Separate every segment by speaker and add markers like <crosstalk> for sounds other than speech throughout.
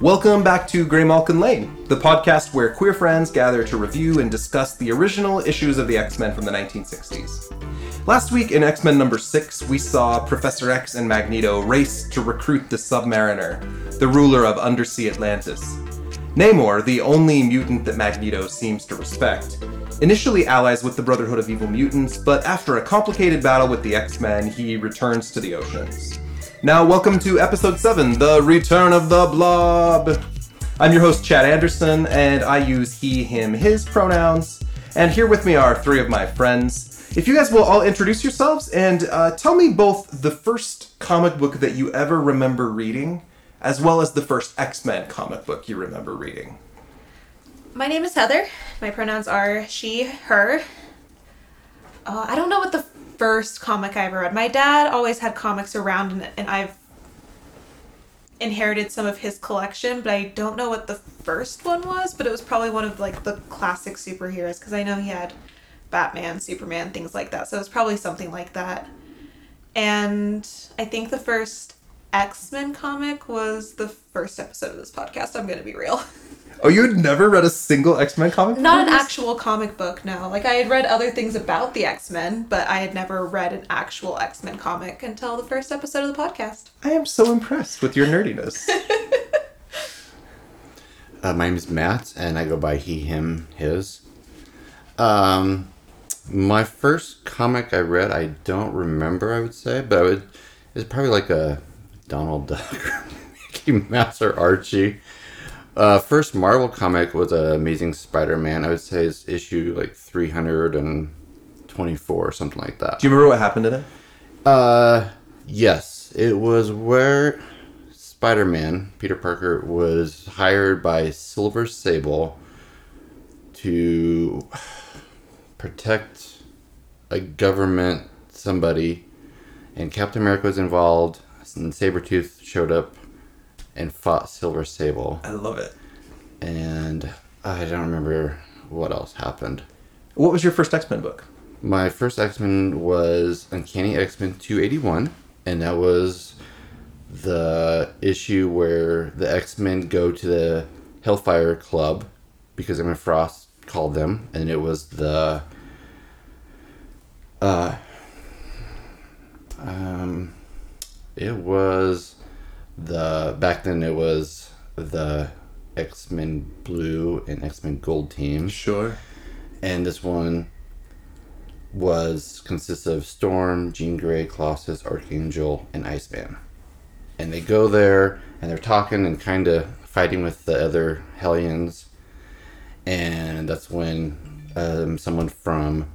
Speaker 1: Welcome back to Grey Malkin Lane, the podcast where queer friends gather to review and discuss the original issues of the X Men from the 1960s. Last week in X Men number 6, we saw Professor X and Magneto race to recruit the Submariner, the ruler of undersea Atlantis. Namor, the only mutant that Magneto seems to respect, initially allies with the Brotherhood of Evil Mutants, but after a complicated battle with the X Men, he returns to the oceans. Now, welcome to episode 7 The Return of the Blob. I'm your host, Chad Anderson, and I use he, him, his pronouns. And here with me are three of my friends. If you guys will all introduce yourselves and uh, tell me both the first comic book that you ever remember reading, as well as the first X Men comic book you remember reading.
Speaker 2: My name is Heather. My pronouns are she, her. Uh, I don't know what the first comic I ever read. My dad always had comics around, and, and I've inherited some of his collection, but I don't know what the first one was. But it was probably one of like the classic superheroes because I know he had Batman, Superman, things like that. So it was probably something like that. And I think the first X Men comic was the first episode of this podcast. I'm gonna be real. <laughs>
Speaker 1: Oh, you had never read a single X Men comic?
Speaker 2: Not an actual comic book, no. Like I had read other things about the X Men, but I had never read an actual X Men comic until the first episode of the podcast.
Speaker 1: I am so impressed with your nerdiness.
Speaker 3: Uh, my name is Matt, and I go by he, him, his. Um, my first comic I read, I don't remember. I would say, but I would. It's probably like a Donald Duck, <laughs> or Mickey Mouse, or Archie. Uh, first Marvel comic was uh, Amazing Spider-Man. I would say it's issue like three hundred and twenty-four, or something like that.
Speaker 1: Do you remember what happened in it?
Speaker 3: Uh, yes, it was where Spider-Man, Peter Parker, was hired by Silver Sable to protect a government somebody, and Captain America was involved, and Sabretooth showed up and fought Silver Sable,
Speaker 1: I love it.
Speaker 3: and I don't remember what else happened.
Speaker 1: What was your first X Men book?
Speaker 3: My first X Men was Uncanny X Men 281, and that was the issue where the X Men go to the Hellfire Club because Emma Frost called them, and it was the. Uh, um, it was the. Back then it was the X Men Blue and X Men Gold teams
Speaker 1: Sure.
Speaker 3: and this one was consists of Storm, Jean Grey, Colossus, Archangel, and Iceman. And they go there and they're talking and kind of fighting with the other Hellions. And that's when um, someone from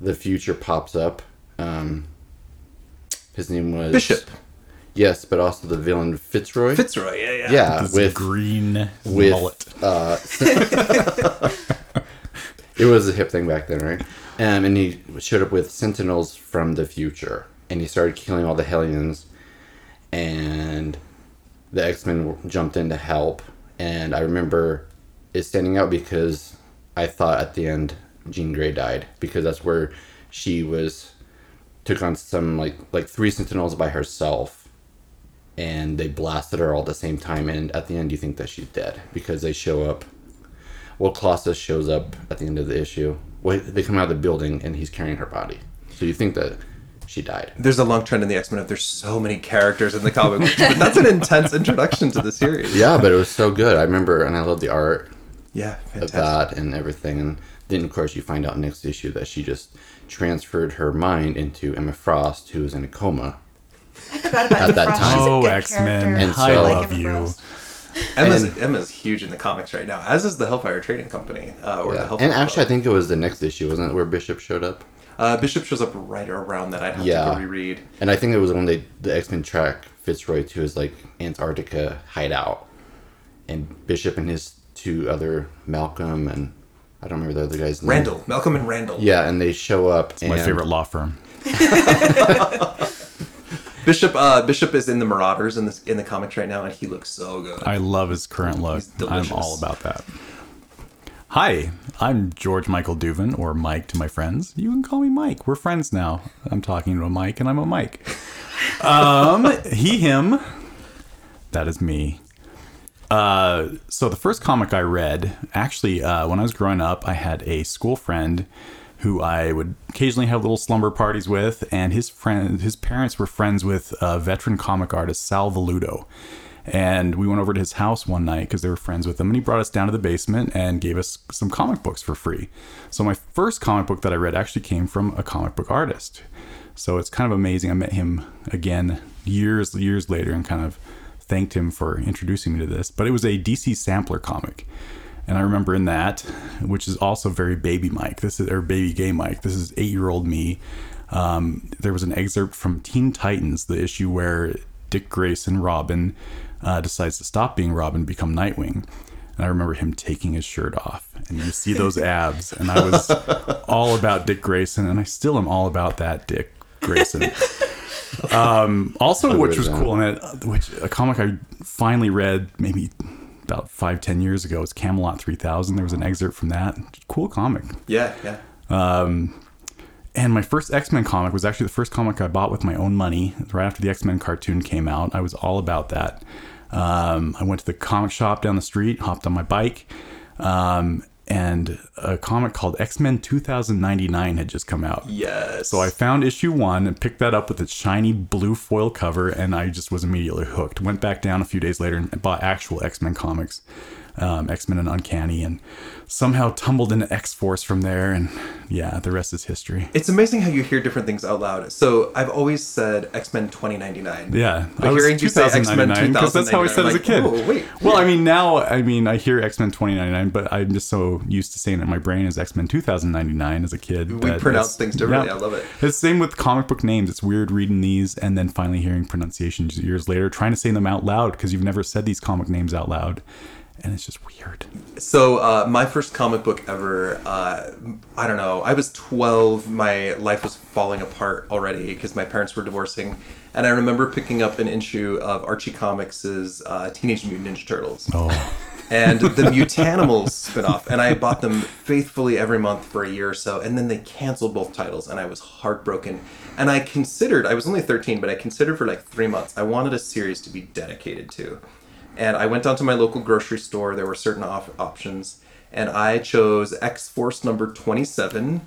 Speaker 3: the future pops up. Um, his name was
Speaker 1: Bishop.
Speaker 3: Yes, but also the villain Fitzroy.
Speaker 1: Fitzroy, yeah, yeah.
Speaker 3: yeah,
Speaker 4: This
Speaker 3: with
Speaker 4: green
Speaker 3: with
Speaker 4: mullet.
Speaker 3: uh, it was a hip thing back then, right? Um, and he showed up with sentinels from the future, and he started killing all the Hellions, and the X Men jumped in to help. And I remember it standing out because I thought at the end Jean Grey died because that's where she was took on some like like three sentinels by herself and they blasted her all at the same time and at the end you think that she's dead because they show up well colossus shows up at the end of the issue well they come out of the building and he's carrying her body so you think that she died
Speaker 1: There's a long trend in the X Men of there's so many characters in the comic books, but that's an intense introduction to the series.
Speaker 3: yeah but it was so good i remember and i love the art
Speaker 1: Yeah, fantastic.
Speaker 3: of that and everything and then of course you find out next issue that she just transferred her mind into emma frost who was in a coma
Speaker 2: I forgot about
Speaker 3: At that
Speaker 2: Frost.
Speaker 3: time.
Speaker 2: She's a
Speaker 4: Oh,
Speaker 2: good
Speaker 4: X-Men.
Speaker 2: character.
Speaker 3: And
Speaker 2: I
Speaker 3: so-
Speaker 2: like
Speaker 4: Love
Speaker 2: Emma
Speaker 4: you.
Speaker 2: Frost.
Speaker 1: Emma's,
Speaker 3: and-
Speaker 1: Emma's huge in the comics right now, as is the Hellfire Trading Company. Uh, or the
Speaker 3: Yeah.
Speaker 1: Hellfire
Speaker 3: and actually i
Speaker 1: Club.
Speaker 3: think it was the next issue wasn't it where bishop showed up
Speaker 1: uh, Bishop shows up right around that. I'd have to
Speaker 3: Yeah.
Speaker 1: go reread.
Speaker 3: And I think it was when they the X Men track Fitzroy to his like Antarctica hideout, and Bishop and his two other Malcolm and I don't remember the other guy's name.
Speaker 1: Randall, Malcolm and Randall.
Speaker 3: Yeah, and they show up.
Speaker 4: my
Speaker 3: and-
Speaker 4: favorite law firm.
Speaker 1: Bishop. Uh, Bishop is in the Marauders in the in the comics right now, and he looks so good.
Speaker 4: I love his current look.
Speaker 1: He's
Speaker 4: I'm
Speaker 1: delicious.
Speaker 4: all about that. Hi, I'm George Michael Duvin, or Mike to my friends. You can call me Mike. We're friends now. I'm talking to a Mike, and I'm a <laughs> Mike. Um, he, him. That is me. Uh, so the first comic I read, actually, uh, when I was growing up, I had a school friend who I would occasionally have little slumber parties with, and his friend, his parents were friends with uh, veteran comic artist Sal Valuto. And we went over to his house one night because they were friends with him, and he brought us down to the basement and gave us some comic books for free. So my first comic book that I read actually came from a comic book artist. So it's kind of amazing. I met him again years years later and kind of thanked him for introducing me to this. But it was a DC sampler comic. And I remember in that, which is also very baby Mike. This is or baby gay Mike. This is eight year old me. Um, there was an excerpt from Teen Titans, the issue where Dick Grayson Robin uh, decides to stop being Robin, become Nightwing. And I remember him taking his shirt off, and you see those abs. And I was all about Dick Grayson, and I still am all about that Dick Grayson. Um, also, which was
Speaker 3: that.
Speaker 4: cool, and it, which a comic I finally read maybe about five ten years ago is Camelot three thousand. There was an excerpt from that. Cool comic.
Speaker 1: Yeah, yeah.
Speaker 4: And my first X Men comic was actually the first comic I bought with my own money right after the X Men cartoon came out. I was all about that. Um, I went to the comic shop down the street, hopped on my bike, um, and a comic called X Men 2099 had just come out.
Speaker 1: Yes.
Speaker 4: So I found issue one and picked that up with its shiny blue foil cover, and I just was immediately hooked. Went back down a few days later and bought actual X Men comics, um, X Men and Uncanny, and somehow tumbled into X Force from there. And yeah, the rest is history.
Speaker 1: It's amazing how you hear different things out loud. So I've always said X Men 2099.
Speaker 4: Yeah,
Speaker 1: But hearing you say X-Men
Speaker 4: 2099, that's how I said as a
Speaker 1: 2099,
Speaker 4: kid.
Speaker 1: I'm like, "Whoa, wait,
Speaker 4: well, I mean now, I mean I hear X Men 2099, but I'm just so used to saying it in my brain as X Men 2099 as a kid.
Speaker 1: We
Speaker 4: that
Speaker 1: pronounce
Speaker 4: it's-
Speaker 1: things differently. I love it.
Speaker 4: It's the same with comic book names. It's weird reading these and then finally hearing pronunciations years later, trying to say them out loud because you've never said these comic names out loud, and it's just weird.
Speaker 1: So uh, my first comic book ever, uh, I don't know, I was 12. My life was falling apart already because my parents were divorcing. And I remember picking up an issue of Archie Comics' uh, Teenage Mutant Ninja Turtles.
Speaker 4: Oh,
Speaker 1: and the Mutanimals spinoff, and I bought them faithfully every month for a year or so, and then they canceled both titles, and I was heartbroken. And I considered, I was only 13, but I considered for like three months, I wanted a series to be dedicated to. And I went down to my local grocery store, there were certain op- options, and I chose X Force number 27,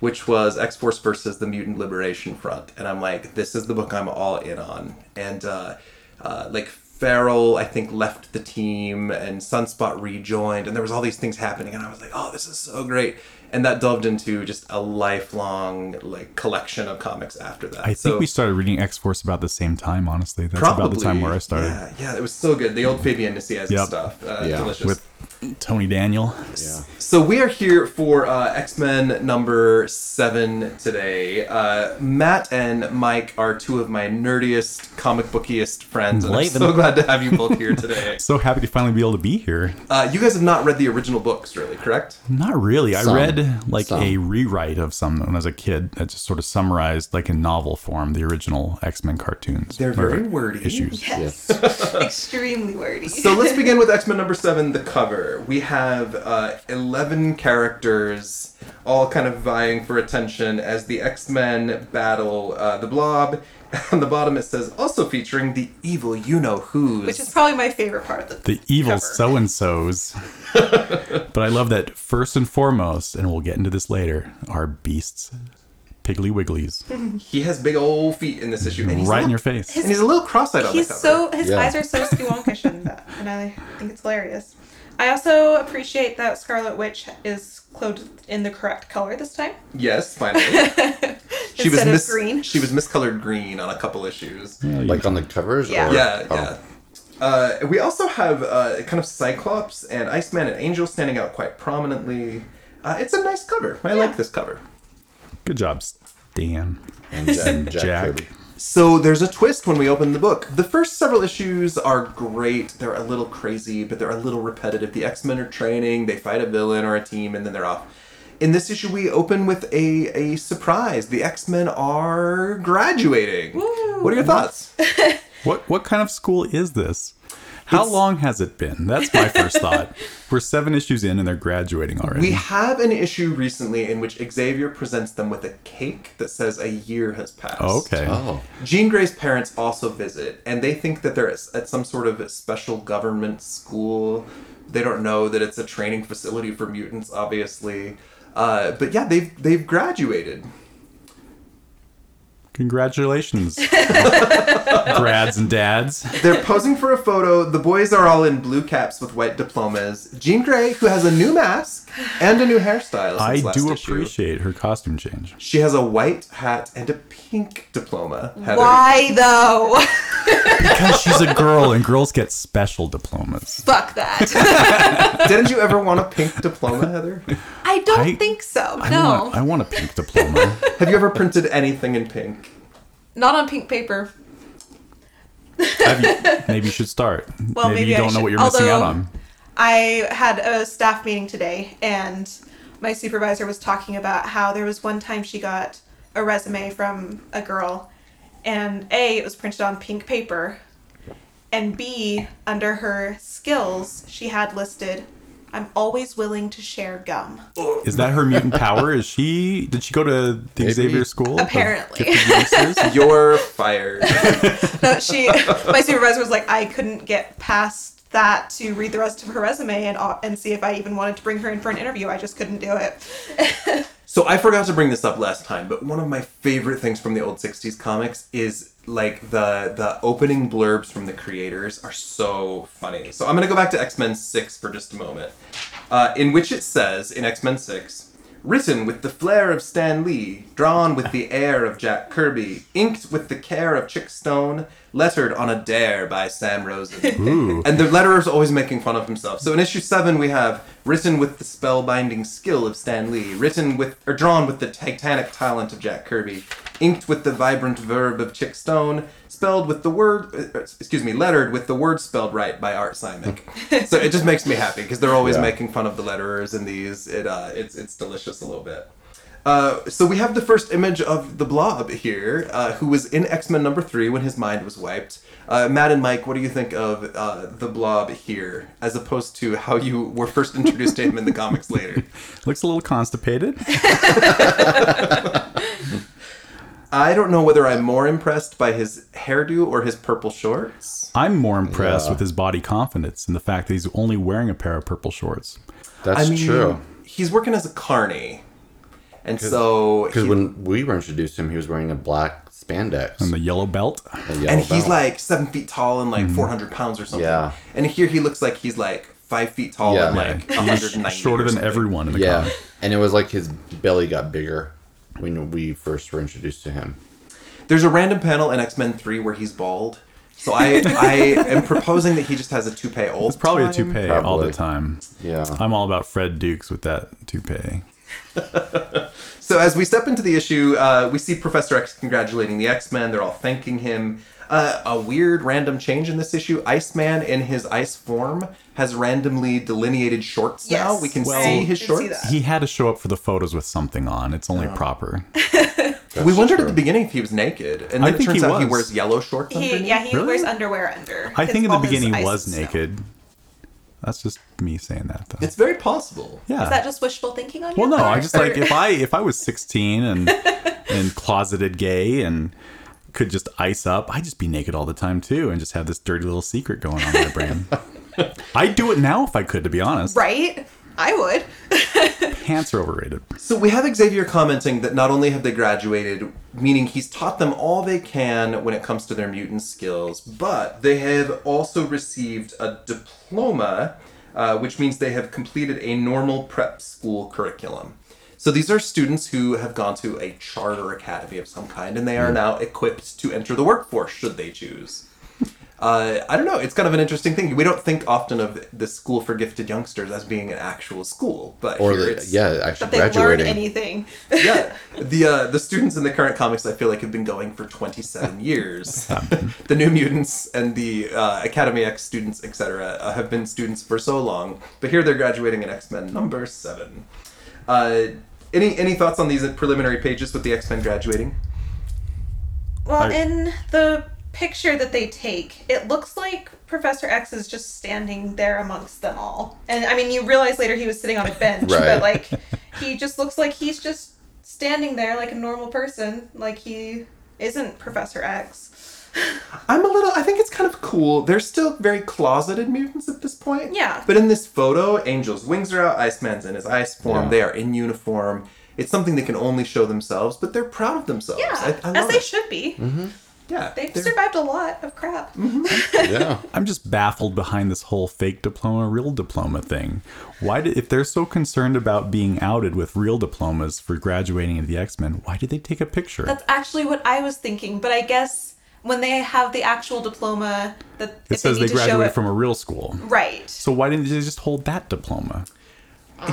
Speaker 1: which was X Force versus the Mutant Liberation Front. And I'm like, this is the book I'm all in on. And, uh, uh, like Farrell, I think, left the team and Sunspot rejoined, and there was all these things happening, and I was like, oh, this is so great. And that delved into just a lifelong like collection of comics after that.
Speaker 4: I think we started reading X Force about the same time. Honestly, that's about the time where I started
Speaker 1: Yeah, yeah, it was so good. The old Fabian Nicias
Speaker 4: Yep.
Speaker 1: stuff, uh,
Speaker 3: Yeah,
Speaker 1: delicious.
Speaker 4: with Tony Daniel.
Speaker 3: Yeah.
Speaker 1: So we are here for uh, X Men number seven today. Uh, Matt and Mike are two of my nerdiest, comic bookiest friends, and I'm
Speaker 4: Blavin'.
Speaker 1: so glad to have you both here today.
Speaker 4: <laughs> So happy to finally be able to be here.
Speaker 1: Uh, you guys have not read the original books, really, correct?
Speaker 4: Not really. I
Speaker 3: Some.
Speaker 4: read like
Speaker 3: Some.
Speaker 4: a rewrite of some when I was a kid that just sort of summarized, like in novel form, the original X Men cartoons.
Speaker 1: They're
Speaker 4: or
Speaker 1: very wordy.
Speaker 4: Issues.
Speaker 2: Yes.
Speaker 1: <laughs>
Speaker 2: Extremely wordy.
Speaker 1: So let's begin with X Men number seven, the cover. We have uh, 11 characters all kind of vying for attention as the X Men battle uh, the blob. <laughs> On the bottom, it says also featuring the evil you know who's.
Speaker 2: Which is probably my favorite part of the
Speaker 4: The evil
Speaker 2: cover.
Speaker 4: so
Speaker 3: <laughs>
Speaker 4: and so's. but I love that first and foremost, and we'll get into this later, are beasts, piggly wigglies,
Speaker 1: he has big old feet in this issue. And he's,
Speaker 4: right in
Speaker 1: a,
Speaker 4: your face.
Speaker 1: and he's a little cross eyed on
Speaker 2: He's
Speaker 1: the cover.
Speaker 2: so his
Speaker 3: Yeah.
Speaker 2: eyes are so skewonkish in that, and I think it's hilarious. I also appreciate that Scarlet Witch is clothed in the correct color this time.
Speaker 1: Yes,
Speaker 2: <laughs>
Speaker 1: finally. she was
Speaker 2: Instead of
Speaker 1: mis-
Speaker 2: green.
Speaker 1: She was miscolored green on a couple issues.
Speaker 3: Like on the covers?
Speaker 2: Yeah.
Speaker 3: Or,
Speaker 1: Yeah,
Speaker 3: oh.
Speaker 1: yeah. Uh, we also have uh, kind of Cyclops and Iceman and Angel standing out quite prominently. Uh, it's a nice cover. I like this cover.
Speaker 4: Good job, Stan.
Speaker 3: And Jack. Jack,
Speaker 4: <laughs> Jack.
Speaker 3: Kirby.
Speaker 1: So there's a twist when we open the book. The first several issues are great. They're a little crazy, but they're a little repetitive. The X Men are training, they fight a villain or a team, and then they're off. In this issue, we open with a, a surprise. The X Men are graduating. What are your thoughts?
Speaker 4: What what kind of school is this? How long has it been? That's my first
Speaker 3: <laughs>
Speaker 4: thought. We're seven issues in and they're graduating already.
Speaker 1: We have an issue recently in which Xavier presents them with a cake that says a year has passed.
Speaker 4: okay.
Speaker 3: Oh,
Speaker 1: Jean Grey's parents also visit, and they think that they're at some sort of special government school. They don't know that it's a training facility for mutants, obviously. Uh, but yeah, they've they've graduated.
Speaker 3: <laughs>
Speaker 4: Congratulations, grads and dads. <laughs>
Speaker 1: They're posing for a photo. The boys are all in blue caps with white diplomas. Jean Grey, who has a new mask and a new hairstyle. Since
Speaker 4: I
Speaker 1: last
Speaker 4: do
Speaker 1: issue.
Speaker 4: appreciate her costume change.
Speaker 1: She has a white hat and a pink diploma. Heather.
Speaker 2: Why though?
Speaker 4: Because she's a girl and girls get special diplomas.
Speaker 2: Fuck
Speaker 4: <laughs>
Speaker 2: that.
Speaker 1: Didn't you ever want a pink diploma, Heather?
Speaker 2: I don't
Speaker 4: I-
Speaker 2: think so.
Speaker 4: I
Speaker 2: no.
Speaker 4: want, I want a pink diploma.
Speaker 1: Have you ever printed anything in pink?
Speaker 2: Not on pink paper.
Speaker 4: Have you- maybe you should start.
Speaker 2: Well,
Speaker 4: maybe, you
Speaker 2: maybe I
Speaker 4: don't know
Speaker 2: should-
Speaker 4: what you're missing out
Speaker 2: although-
Speaker 4: on.
Speaker 2: I had a staff meeting today, and my supervisor was talking about how there was one time she got a resume from a girl, and A, it was printed on pink paper, and B, under her skills, she had listed, I'm always willing to share gum.
Speaker 4: Is that her mutant power? Is she? Did she go to the
Speaker 3: Maybe.
Speaker 4: Xavier School? of
Speaker 2: Apparently.
Speaker 4: Gifted Youngsters?
Speaker 1: You're fired.
Speaker 2: No, she, <laughs> my supervisor was like, I couldn't get past that to read the rest of her resume and, and see if I even wanted to bring her in for an interview. I just couldn't do it.
Speaker 1: So I forgot to bring this up last time, but one of my favorite things from the old '60s comics is like the the opening blurbs from the creators are so funny. So I'm gonna go back to X Men Six for just a moment, uh, in which it says in X Men Six, written with the flair of Stan Lee, drawn with the air of Jack Kirby, inked with the care of Chick Stone, lettered on a dare by Sam Rosen.
Speaker 4: Ooh.
Speaker 1: And the letterer's always making fun of himself. So in issue seven, we have written with the spellbinding skill of Stan Lee, written with or drawn with the titanic talent of Jack Kirby, inked with the vibrant verb of Chick Stone, spelled with the word, uh, uh, excuse me, lettered with the word spelled right by Art Simek. so it just makes me happy because they're always
Speaker 3: Yeah.
Speaker 1: making fun of the letterers in these. It uh, it's it's delicious a little bit. Uh, so we have the first image of the Blob here, uh, who was in X Men number three when his mind was wiped. Uh, Matt and Mike, what do you think of uh, the Blob here, as opposed to how you were first introduced to him in the comics later?
Speaker 4: Looks a little constipated.
Speaker 1: I don't know whether I'm more impressed by his hairdo or his purple shorts.
Speaker 4: I'm more impressed
Speaker 3: Yeah.
Speaker 4: with his body confidence and the fact that he's only wearing a pair of purple shorts.
Speaker 3: that's
Speaker 1: I mean,
Speaker 3: true.
Speaker 1: He's working as a carny, and so
Speaker 3: Because
Speaker 1: he-
Speaker 3: when we were introduced to him, he was wearing a black spandex.
Speaker 4: And the yellow belt.
Speaker 3: a yellow
Speaker 1: and he's
Speaker 3: belt.
Speaker 1: like seven feet tall and like 400 pounds or something.
Speaker 3: Mm-hmm. Yeah.
Speaker 1: And here he looks like he's like five feet tall
Speaker 3: Yeah.
Speaker 1: and
Speaker 3: Yeah.
Speaker 1: like 190.
Speaker 4: Shorter
Speaker 1: or
Speaker 4: than
Speaker 1: something.
Speaker 4: everyone in the
Speaker 3: yeah,
Speaker 4: comic.
Speaker 3: and it was like his belly got bigger when we first were introduced to him.
Speaker 1: There's a random panel in X Men Three where he's bald. So I I am proposing that he just has a toupee all the
Speaker 4: It's probably a
Speaker 1: time.
Speaker 4: toupee all
Speaker 3: Probably.
Speaker 4: the time.
Speaker 3: Yeah.
Speaker 4: I'm all about Fred Dukes with that toupee.
Speaker 1: So as we step into the issue, uh, we see Professor X congratulating the X Men. They're all thanking him. Uh, a weird random change in this issue. Iceman in his ice form has randomly delineated shorts
Speaker 2: Yes.
Speaker 1: now. We can
Speaker 4: Well-
Speaker 1: see his
Speaker 2: I did see
Speaker 1: shorts.
Speaker 2: that.
Speaker 4: He had to show up for the photos with something on. It's
Speaker 2: Oh.
Speaker 4: only
Speaker 2: <laughs>
Speaker 4: proper.
Speaker 3: that's
Speaker 1: We wondered
Speaker 3: true.
Speaker 1: at the beginning if he was naked, and then
Speaker 4: I
Speaker 1: it
Speaker 4: think
Speaker 1: turns
Speaker 4: he
Speaker 1: out he
Speaker 4: was.
Speaker 1: wears yellow shorts.
Speaker 2: He,
Speaker 1: underneath.
Speaker 2: yeah, he
Speaker 4: Really?
Speaker 2: wears underwear under.
Speaker 4: I
Speaker 2: his-
Speaker 4: think in the
Speaker 2: all his
Speaker 4: beginning he
Speaker 2: ice
Speaker 4: was
Speaker 2: and snow.
Speaker 4: naked. That's just me saying that though.
Speaker 1: It's very possible.
Speaker 4: yeah.
Speaker 2: Is that just wishful thinking on
Speaker 4: well,
Speaker 2: your
Speaker 4: no,
Speaker 2: part?
Speaker 4: I just like
Speaker 2: Or-
Speaker 4: if I if I was 16 and and closeted gay and could just ice up, I'd just be naked all the time too and just have this dirty little secret going on in
Speaker 2: <laughs>
Speaker 4: my brain. I'd do it now if I could, to be
Speaker 2: <laughs>
Speaker 4: honest.
Speaker 2: right? I would.
Speaker 4: Pants are overrated.
Speaker 1: So we have Xavier commenting that not only have they graduated, meaning he's taught them all they can when it comes to their mutant skills, but they have also received a diploma, uh, which means they have completed a normal prep school curriculum. So these are students who have gone to a charter academy of some kind, and they are now equipped to enter the workforce should they choose. Uh, I don't know. It's kind of an interesting thing. We don't think often of the school for gifted youngsters as being an actual school, but
Speaker 3: or
Speaker 1: here
Speaker 3: the
Speaker 1: it's-
Speaker 3: yeah, actually
Speaker 2: If they learn
Speaker 3: graduating.
Speaker 2: anything.
Speaker 1: yeah, the uh, the students in the current comics I feel like have been going for 27 years. the New Mutants and the uh, Academy X students, etc., uh, have been students for so long, but here they're graduating in X Men number seven. Uh, any any thoughts uh, on these preliminary pages with the X Men graduating?
Speaker 2: Well,
Speaker 4: I-
Speaker 2: in the picture that they take, it looks like Professor X is just standing there amongst them all. And I mean, you realize later he was sitting on a bench,
Speaker 3: Right.
Speaker 2: but like he just looks like he's just standing there like a normal person, like he isn't Professor X.
Speaker 1: I'm a little. I think it's kind of cool. They're still very closeted mutants at this point.
Speaker 2: Yeah.
Speaker 1: But in this photo, Angel's wings are out. Iceman's in his ice form.
Speaker 3: Yeah.
Speaker 1: They are in uniform. It's something they can only show themselves, but they're proud of themselves.
Speaker 2: Yeah,
Speaker 1: I, I
Speaker 2: as
Speaker 1: love
Speaker 2: they
Speaker 1: it.
Speaker 2: should be.
Speaker 1: Yeah.
Speaker 2: They've
Speaker 1: they're-
Speaker 2: survived a lot of crap. <laughs>
Speaker 3: Yeah.
Speaker 4: I'm just baffled behind this whole fake diploma, real diploma thing. Why, did, if they're so concerned about being outed with real diplomas for graduating into the X Men, why did they take a picture?
Speaker 2: That's actually what I was thinking, but I guess when they have the actual diploma that
Speaker 4: it
Speaker 2: if
Speaker 4: says
Speaker 2: need
Speaker 4: they,
Speaker 2: to show
Speaker 4: graduated
Speaker 2: it,
Speaker 4: from a real school.
Speaker 2: right.
Speaker 4: So why didn't they just hold that diploma?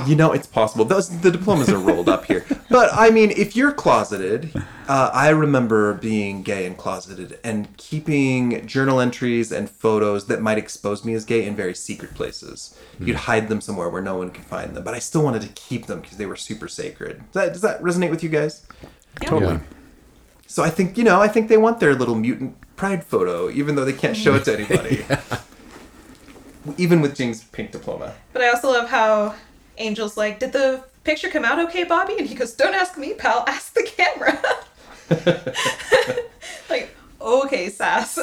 Speaker 1: You know, it's possible. Those the diplomas are rolled up here. But I mean, if you're closeted, uh, I remember being gay and closeted and keeping journal entries and photos that might expose me as gay in very secret places. You'd hide them somewhere where no one could find them, but I still wanted to keep them because they were super sacred. Does that, does that resonate with you guys?
Speaker 4: Totally.
Speaker 3: Yeah.
Speaker 1: So I think you know, I think they want their little mutant pride photo, even though they can't show it to anybody. Even with Jing's pink diploma.
Speaker 2: But I also love how Angel's like, "Did the picture come out okay, Bobby?" And he goes, "Don't ask me, pal. <laughs> Ask the
Speaker 1: <laughs>
Speaker 2: camera." like, okay, sass.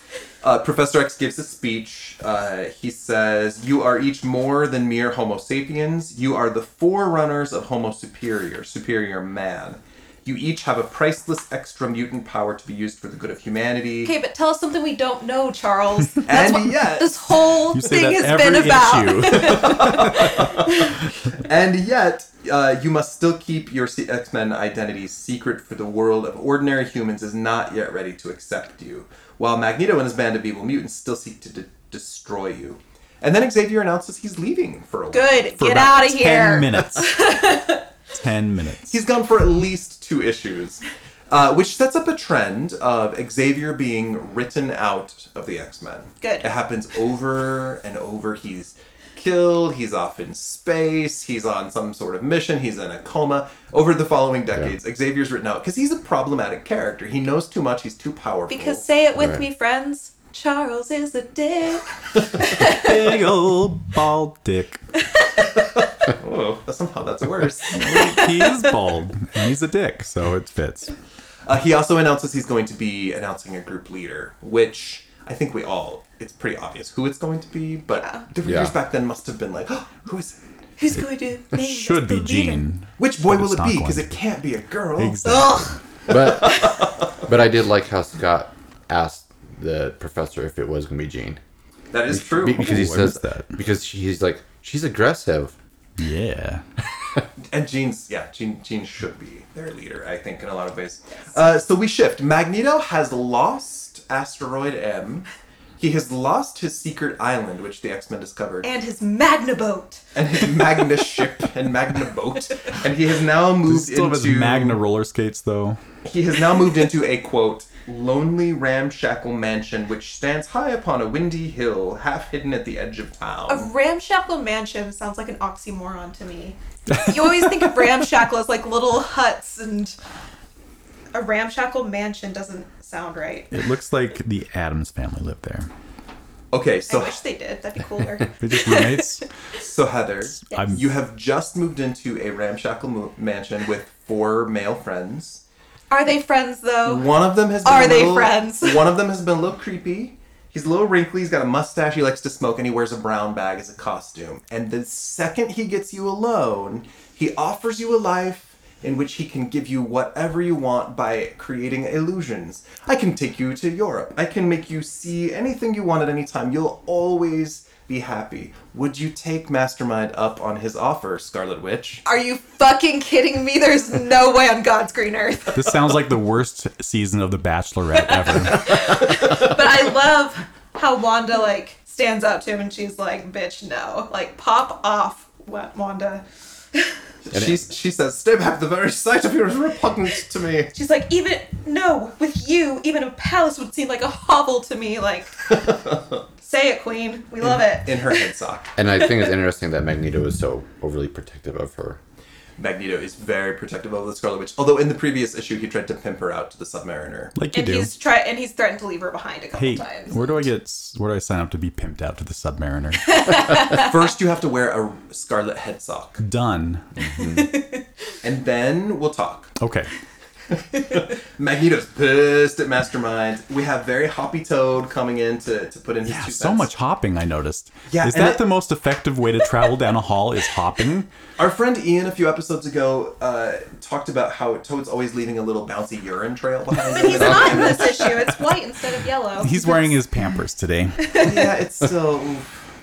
Speaker 2: <laughs>
Speaker 1: Uh, Professor X gives a speech. Uh, he says, You are each more than mere Homo sapiens. You are the forerunners of Homo superior, superior man. You each have a priceless extra mutant power to be used for the good of humanity.
Speaker 2: okay, but tell us something we don't
Speaker 1: <laughs>
Speaker 2: know, Charles.
Speaker 1: And
Speaker 2: That's what
Speaker 1: yet-
Speaker 2: this whole
Speaker 4: You say
Speaker 2: thing
Speaker 4: that
Speaker 2: has
Speaker 4: every
Speaker 2: been about.
Speaker 4: issue.
Speaker 1: And yet, uh, you must still keep your X Men identity secret, for the world of ordinary humans is not yet ready to accept you, while Magneto and his band of evil mutants still seek to de- destroy you. And then Xavier announces he's leaving for a while.
Speaker 2: Good,
Speaker 4: <laughs> for
Speaker 2: <laughs> get
Speaker 4: about
Speaker 2: out of here.
Speaker 4: Ten minutes.
Speaker 2: <laughs>
Speaker 4: ten minutes.
Speaker 1: He's gone for at least two issues, uh, which sets up a trend of Xavier being written out of the X Men.
Speaker 2: Good.
Speaker 1: It happens over and over. He's killed, he's off in space, he's on some sort of mission, he's in a coma. Over the following decades, Xavier's written out because he's a problematic character. He knows too much, he's too powerful.
Speaker 2: Because say it with
Speaker 3: Right.
Speaker 2: me, friends. Charles is a dick.
Speaker 4: Big old bald dick.
Speaker 1: oh, somehow that's worse.
Speaker 4: He is bald and he's a dick, so it fits.
Speaker 1: Uh, he also announces he's going to be announcing a group leader, which I think we all, it's pretty obvious who it's going to be, but the readers
Speaker 3: Yeah.
Speaker 1: back then must have been like, <gasps> oh, who is it?
Speaker 2: Who's going to name this
Speaker 4: <laughs> Should be
Speaker 2: the leader?
Speaker 4: Gene.
Speaker 1: Which boy
Speaker 4: But
Speaker 1: will
Speaker 4: it's
Speaker 1: it
Speaker 4: not
Speaker 1: be?
Speaker 4: going
Speaker 1: Because
Speaker 4: to
Speaker 1: it can't be a girl.
Speaker 4: Exactly.
Speaker 2: Ugh.
Speaker 3: But but I did like how Scott asked the professor if it was gonna be Jean.
Speaker 1: That is true.
Speaker 3: Be- because he
Speaker 4: Ooh, Oh, I
Speaker 3: says
Speaker 4: missed that.
Speaker 3: because she- he's like she's aggressive.
Speaker 4: Yeah.
Speaker 1: <laughs> And Jean's, yeah, Jean, Jean should be their leader, I think, in a lot of ways. Uh, so we shift. Magneto has lost Asteroid M. He has lost his secret island, which the X Men discovered,
Speaker 2: And his magna boat.
Speaker 1: and his Magna ship and Magna boat, and he has now moved
Speaker 4: Still have
Speaker 1: into
Speaker 4: his Magna roller skates though.
Speaker 1: He has now moved into a quote lonely ramshackle mansion which stands high upon a windy hill, half hidden at the edge of town.
Speaker 2: A ramshackle mansion sounds like an oxymoron to me. You always think of ramshackle as like little huts, and a ramshackle mansion doesn't sound right.
Speaker 4: It looks like the Adams family lived there.
Speaker 1: okay,
Speaker 2: I
Speaker 1: so
Speaker 2: wish they did. That'd be cooler.
Speaker 4: They just roommates.
Speaker 1: so Heather,
Speaker 4: I'm-
Speaker 1: you have just moved into a ramshackle mo- mansion with four male friends.
Speaker 2: Are they friends though?
Speaker 1: One of them has been
Speaker 2: Are
Speaker 1: a
Speaker 2: they
Speaker 1: little-
Speaker 2: friends? <laughs>
Speaker 1: One of them has been a little creepy. He's a little wrinkly. He's got a mustache. He likes to smoke, and he wears a brown bag as a costume. And the second he gets you alone, he offers you a life in which he can give you whatever you want by creating illusions. I can take you to Europe. I can make you see anything you want at any time. You'll always be happy. Would you take Mastermind up on his offer, Scarlet Witch?
Speaker 2: Are you fucking kidding me? There's no way on God's green earth.
Speaker 4: This sounds like the worst season of The Bachelorette ever.
Speaker 1: <laughs>
Speaker 2: But I love how Wanda like stands up to him and she's like, "Bitch, no! Like, pop off, Wa- Wanda."
Speaker 1: She, she says, Stay back, the very sight of you is repugnant to me.
Speaker 2: She's like, even no, with you, even a palace would seem like a hovel to me. Like, say it, Queen. We love it.
Speaker 1: In her head sock.
Speaker 3: And I think it's interesting that Magneto is so overly protective of her.
Speaker 1: Magneto is very protective of the Scarlet Witch. Although in the previous issue, he tried to pimp her out to the
Speaker 2: <laughs>
Speaker 1: Submariner.
Speaker 4: Like you
Speaker 2: And
Speaker 4: do.
Speaker 2: he's try and he's threatened to leave her behind a couple
Speaker 4: Hey,
Speaker 2: times.
Speaker 4: where do I get? s- Where do I sign up to be pimped out to the Submariner?
Speaker 2: <laughs>
Speaker 1: First, you have to wear a scarlet head sock,
Speaker 4: Done.
Speaker 1: and then we'll talk.
Speaker 4: Okay.
Speaker 1: Magneto's pissed at Mastermind. We have very Hoppy Toad coming in to, to put in his
Speaker 4: Yeah,
Speaker 1: two
Speaker 4: so
Speaker 1: cents.
Speaker 4: much hopping. I noticed.
Speaker 1: Yeah,
Speaker 4: is
Speaker 1: and
Speaker 4: that
Speaker 1: it-
Speaker 4: the most effective way to travel down a hall? Is hopping?
Speaker 1: Our friend Ian a few episodes ago uh, talked about how Toad's always leaving a little bouncy urine trail behind
Speaker 2: But
Speaker 1: him.
Speaker 4: <laughs>
Speaker 2: he's <laughs> not in this issue. It's white instead of yellow.
Speaker 4: He's wearing his
Speaker 2: <laughs>
Speaker 4: Pampers today.
Speaker 1: yeah, it's still.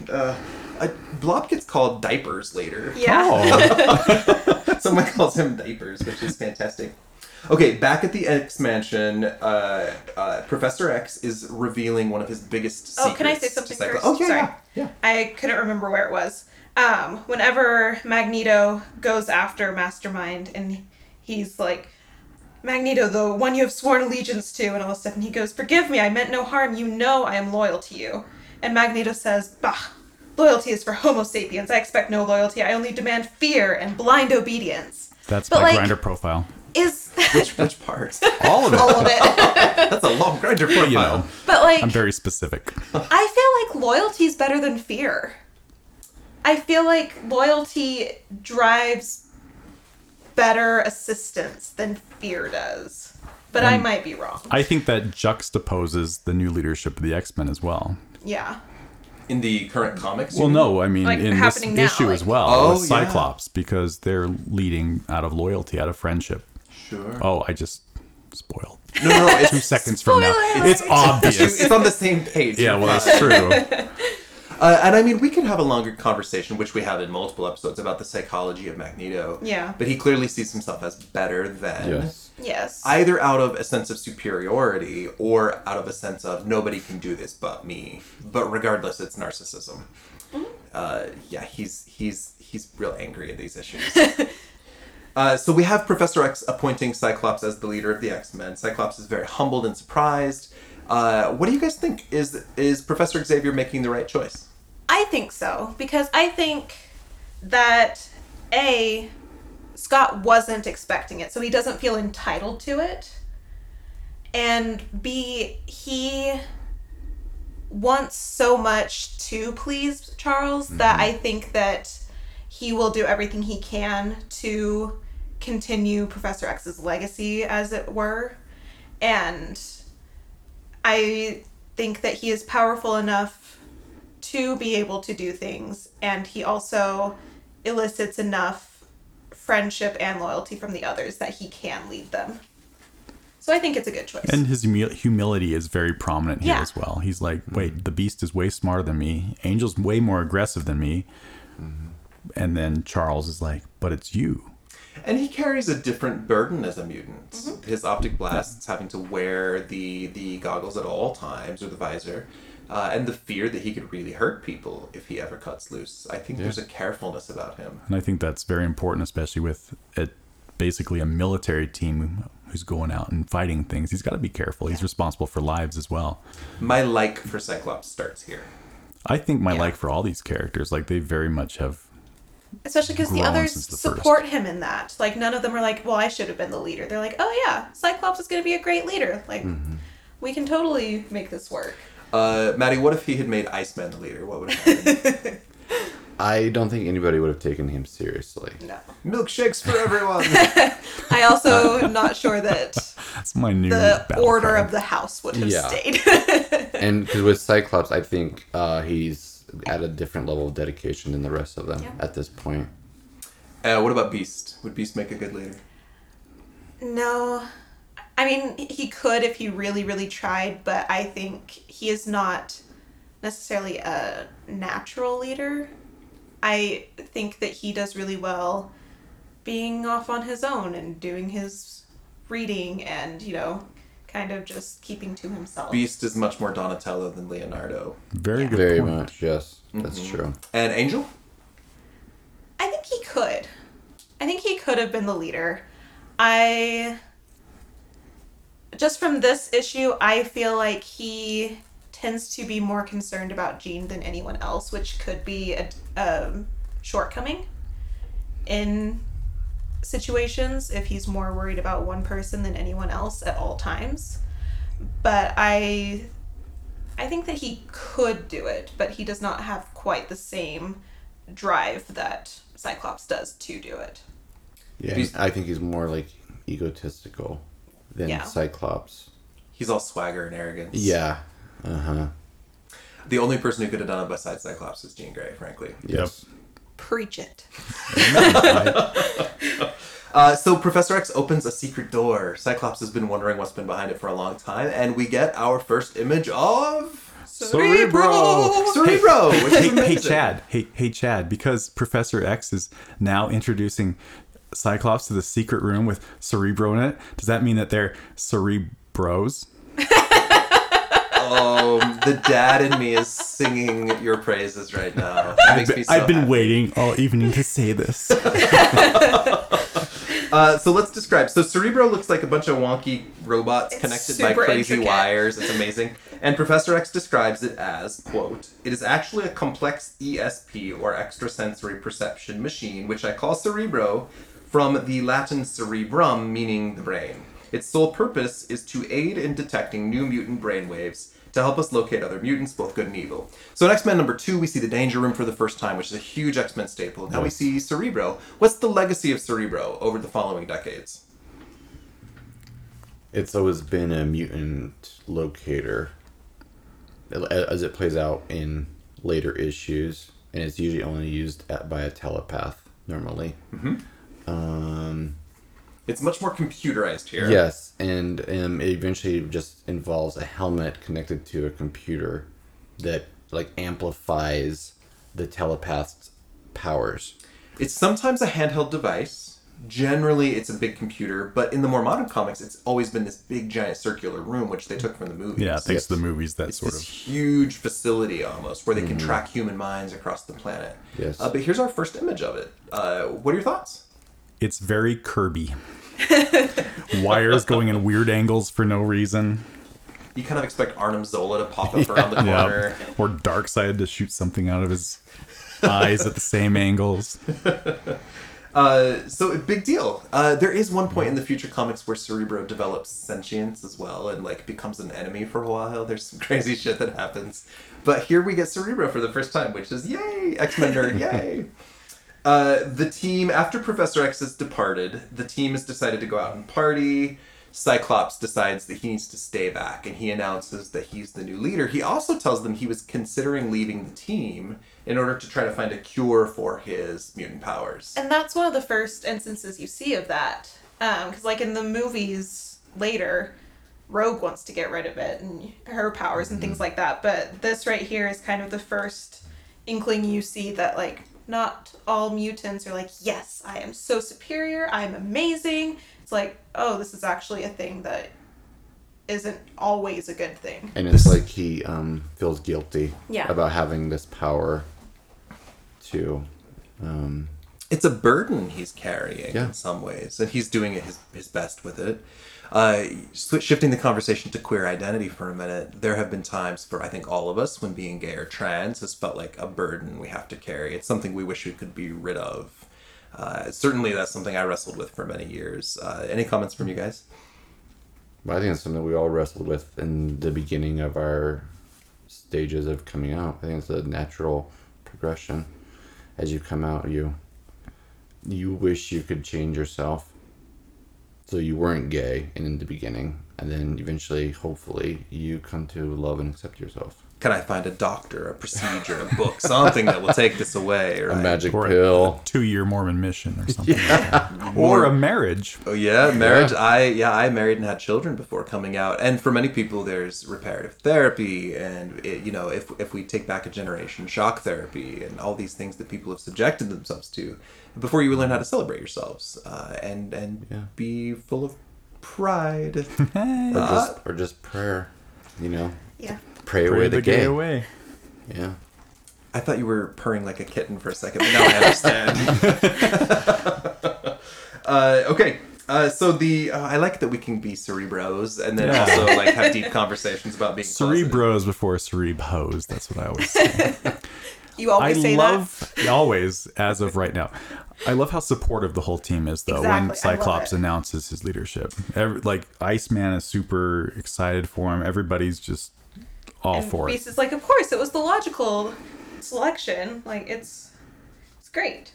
Speaker 1: Uh, uh, Blob gets called diapers later.
Speaker 2: yeah.
Speaker 4: Oh,
Speaker 1: Someone calls him diapers, which is fantastic. Okay, back at the X Mansion, uh, uh, Professor X is revealing one of his biggest
Speaker 2: Oh,
Speaker 1: secrets.
Speaker 2: can I say something
Speaker 1: to Cyclo-
Speaker 2: first?
Speaker 1: Oh, yeah,
Speaker 2: Sorry.
Speaker 1: yeah, yeah.
Speaker 2: I couldn't remember where it was. Um, whenever Magneto goes after Mastermind and he's like, Magneto, the one you have sworn allegiance to, and all this stuff, and he goes, Forgive me, I meant no harm. You know I am loyal to you. And Magneto says, Bah, loyalty is for Homo sapiens. I expect no loyalty. I only demand fear and blind obedience.
Speaker 4: that's
Speaker 2: But,
Speaker 4: my
Speaker 2: like- <laughs>
Speaker 4: grinder profile.
Speaker 2: Is
Speaker 1: Which, which
Speaker 2: <laughs>
Speaker 1: part?
Speaker 4: All of it.
Speaker 2: all of it.
Speaker 1: That's a long grinder profile.
Speaker 4: You know,
Speaker 2: But like,
Speaker 4: I'm very specific.
Speaker 2: I feel like loyalty is better than fear. I feel like loyalty drives better assistance than fear does. But I might be wrong.
Speaker 4: I think that juxtaposes the new leadership of the X Men as well.
Speaker 2: Yeah.
Speaker 1: In the current comics? you
Speaker 4: Well,
Speaker 1: mean?
Speaker 4: no, I mean
Speaker 2: Like,
Speaker 4: in this
Speaker 2: happening now,
Speaker 4: issue
Speaker 2: like-
Speaker 4: as well
Speaker 1: Oh,
Speaker 4: with
Speaker 1: yeah.
Speaker 4: Cyclops because they're leading out of loyalty, out of friendship.
Speaker 1: Sure.
Speaker 4: Oh, I just spoiled.
Speaker 1: No, no, no. It's,
Speaker 4: <laughs> Two seconds from now,
Speaker 2: Spoiler
Speaker 4: it's
Speaker 2: <laughs>
Speaker 4: obvious.
Speaker 1: it's on the same page.
Speaker 4: yeah, well,
Speaker 1: Uh,
Speaker 4: that's true.
Speaker 1: Uh, and I mean, we could have a longer conversation, which we have in multiple episodes, about the psychology of Magneto.
Speaker 2: Yeah.
Speaker 1: But he clearly sees himself as better than.
Speaker 3: Yes.
Speaker 2: Yes.
Speaker 1: Either out of a sense of superiority or out of a sense of nobody can do this but me. But regardless, it's narcissism. Uh, yeah, he's he's he's real angry at these issues. <laughs> Uh, so we have Professor X appointing Cyclops as the leader of the X Men. Cyclops is very humbled and surprised. Uh, what do you guys think? Is is Professor Xavier making the right choice?
Speaker 2: I think so because I think that a Scott wasn't expecting it, so he doesn't feel entitled to it. And B, he wants so much to please Charles that I think that he will do everything he can to continue Professor X's legacy, as it were. And I think that he is powerful enough to be able to do things and he also elicits enough friendship and loyalty from the others that he can lead them so i think it's a good choice
Speaker 4: And his humi- humility is very prominent here
Speaker 2: Yeah.
Speaker 4: as well. He's like, wait, the beast is way smarter than me. Angel's way more aggressive than me.
Speaker 1: Mm-hmm.
Speaker 4: And then Charles is like, but it's you.
Speaker 1: And he carries a different burden as a mutant. His optic blasts, having to wear the the goggles at all times or the visor, uh, and the fear that he could really hurt people if he ever cuts loose. I think there's a carefulness about him.
Speaker 4: And I think that's very important, especially with it, basically a military team who's going out and fighting things. He's got to be careful. He's responsible for lives as well.
Speaker 1: My like for Cyclops starts here.
Speaker 4: I think my
Speaker 2: Yeah.
Speaker 4: like for all these characters, like they very much have.
Speaker 2: especially because the
Speaker 4: Grown
Speaker 2: others
Speaker 4: since the first.
Speaker 2: support him in that like none of them are like well i should have been the leader they're like oh yeah cyclops is going to be a great leader like
Speaker 4: Mm-hmm.
Speaker 2: we can totally make this work
Speaker 1: Uh, Maddie, what if he had made Iceman the leader? What would have happened?
Speaker 3: I don't think anybody would have taken him seriously.
Speaker 4: <laughs>
Speaker 2: no
Speaker 1: Milkshakes for everyone.
Speaker 2: i also am not sure that
Speaker 4: That's my new
Speaker 2: the
Speaker 4: battle
Speaker 2: order
Speaker 4: cry.
Speaker 2: of the house would have
Speaker 3: Yeah.
Speaker 2: stayed <laughs>
Speaker 3: And because with Cyclops, I think uh, he's at a different level of dedication than the rest of them
Speaker 2: Yeah.
Speaker 3: at this point.
Speaker 1: uh, what about Beast? Would Beast make a good leader?
Speaker 2: No. I mean, he could if he really, really tried, but I think he is not necessarily a natural leader. I think that he does really well being off on his own and doing his reading and, you know, kind of just keeping to himself.
Speaker 1: Beast is much more Donatello than Leonardo.
Speaker 4: Very good
Speaker 3: Very
Speaker 4: point.
Speaker 3: much, yes, that's
Speaker 2: Mm-hmm.
Speaker 3: true.
Speaker 1: And Angel?
Speaker 2: I think he could. I think he could have been the leader. I just from this issue, I feel like he tends to be more concerned about Jean than anyone else, which could be a um, shortcoming in situations if he's more worried about one person than anyone else at all times. But I I think that he could do it, but he does not have quite the same drive that Cyclops does to do it.
Speaker 3: Yeah,
Speaker 1: He's-
Speaker 3: I think he's more like egotistical than
Speaker 2: Yeah.
Speaker 3: Cyclops.
Speaker 1: He's all swagger and arrogance.
Speaker 3: Yeah. Uh huh.
Speaker 1: The only person who could have done it besides Cyclops is Jean Grey, frankly.
Speaker 3: Yes.
Speaker 2: Preach it.
Speaker 1: Uh, so Professor X opens a secret door. Cyclops has been wondering what's been behind it for a long time, and we get our first image of
Speaker 4: Cerebro!
Speaker 1: Cerebro. which is
Speaker 4: hey, hey,
Speaker 1: amazing.
Speaker 4: Chad. Hey, hey, Chad. Because Professor X is now introducing Cyclops to the secret room with Cerebro in it. Does that mean that they're Cerebros?
Speaker 1: Um, the dad in me is singing your praises right
Speaker 4: <laughs>
Speaker 1: now. That makes me so
Speaker 4: I've been
Speaker 1: happy.
Speaker 4: waiting all evening to
Speaker 1: <laughs>
Speaker 4: say this.
Speaker 1: Uh, so let's describe. So Cerebro looks like a bunch of wonky robots
Speaker 2: It's
Speaker 1: connected by
Speaker 2: super
Speaker 1: crazy
Speaker 2: intricate.
Speaker 1: wires. It's amazing. And Professor X describes it as, quote, it is actually a complex ESP or extrasensory perception machine, which I call Cerebro from the Latin cerebrum, meaning the brain. Its sole purpose is to aid in detecting new mutant brainwaves to help us locate other mutants, both good and evil. So in X-Men number two, we see the Danger Room for the first time, which is a huge X-Men staple. Now we see Cerebro. What's the legacy of Cerebro over the following decades?
Speaker 3: It's always been a mutant locator a- as it plays out in later issues, and it's usually only used at, by a telepath normally. Um,
Speaker 1: It's much more computerized here.
Speaker 3: Yes, and um, it eventually just involves a helmet connected to a computer that like amplifies the telepath's powers.
Speaker 1: It's sometimes a handheld device. Generally, it's a big computer, but in the more modern comics, it's always been this big, giant circular room, which they took from the movies.
Speaker 4: yeah, thanks to the movies, that sort
Speaker 1: this
Speaker 4: of. Mm-hmm.
Speaker 1: huge facility almost where they can track human minds across the planet.
Speaker 3: Yes.
Speaker 1: Uh, but here's our first image of it. Uh, what are your thoughts?
Speaker 4: It's very Kirby. <laughs> Wires going in weird angles for no reason.
Speaker 1: You kind of expect Arnim Zola to pop up around the corner.
Speaker 4: <laughs> Yeah. Or Darkseid to shoot something out of his eyes at the same angles.
Speaker 1: Uh, so big deal. Uh, there is one point in the future comics where Cerebro develops sentience as well and like becomes an enemy for a while. There's some <laughs> crazy shit that happens, but here we get Cerebro for the first time, which is yay, X Men nerd, yay. Uh, the team after Professor X has departed, the team has decided to go out and party. Cyclops decides that he needs to stay back, and he announces that he's the new leader. He also tells them he was considering leaving the team in order to try to find a cure for his mutant powers.
Speaker 2: And that's one of the first instances you see of that. Because, like, in the movies later, Rogue wants to get rid of it and her powers and things like that. But this right here is kind of the first inkling you see that, like, not all mutants are like, yes, I am so superior, I'm amazing. It's like, oh, this is actually a thing that isn't always a good thing.
Speaker 3: And it's like he um, feels guilty
Speaker 2: Yeah.
Speaker 3: about having this power to. Um,
Speaker 1: it's a burden he's carrying
Speaker 3: Yeah.
Speaker 1: in some ways, and he's doing his his best with it. Uh, swi- shifting the conversation to queer identity for a minute, there have been times for I think all of us when being gay or trans has felt like a burden we have to carry. It's something we wish we could be rid of. Uh, certainly, that's something I wrestled with for many years. Uh, any comments from you guys?
Speaker 3: I think it's something we all wrestled with in the beginning of our stages of coming out. I think it's a natural progression. As you come out, you you wish you could change yourself. So you weren't gay in the beginning, and then eventually, hopefully, you come to love and accept yourself.
Speaker 1: Can I find a doctor, a procedure, a book, something that will take this away?
Speaker 3: A
Speaker 1: Right?
Speaker 3: magic
Speaker 4: Or a- <laughs>
Speaker 3: pill.
Speaker 4: Two year Mormon mission or something. Or a marriage.
Speaker 1: Oh yeah, marriage. I yeah, I married and had children before coming out, and for many people, there's reparative therapy, and it, you know, if if we take back a generation, shock therapy, and all these things that people have subjected themselves to, before you learn how to celebrate yourselves, uh, and and
Speaker 3: Yeah.
Speaker 1: be full of pride.
Speaker 4: Eh,
Speaker 3: or just or just prayer, you know,
Speaker 2: Yeah.
Speaker 3: pray, away
Speaker 4: Pray
Speaker 3: the, gay.
Speaker 4: away.
Speaker 3: Yeah,
Speaker 1: I thought you were purring like a kitten for a second, but now I understand. <laughs> uh, okay. Uh, so the uh, I like that we can be cerebros and then
Speaker 4: Yeah.
Speaker 1: also like have deep conversations about being closeted.
Speaker 4: Cerebros before Cereb hoes. That's what I always say.
Speaker 2: Oh, You always
Speaker 4: I
Speaker 2: say
Speaker 4: love always as of right now. I love how supportive the whole team is, though, when
Speaker 2: Exactly, I love
Speaker 4: Cyclops
Speaker 2: it.
Speaker 4: announces his leadership. Every, like, Iceman is super excited for him. Everybody's just all
Speaker 2: And
Speaker 4: for
Speaker 2: Beast
Speaker 4: it.
Speaker 2: is like, of course, it was the logical selection. Like it's it's great.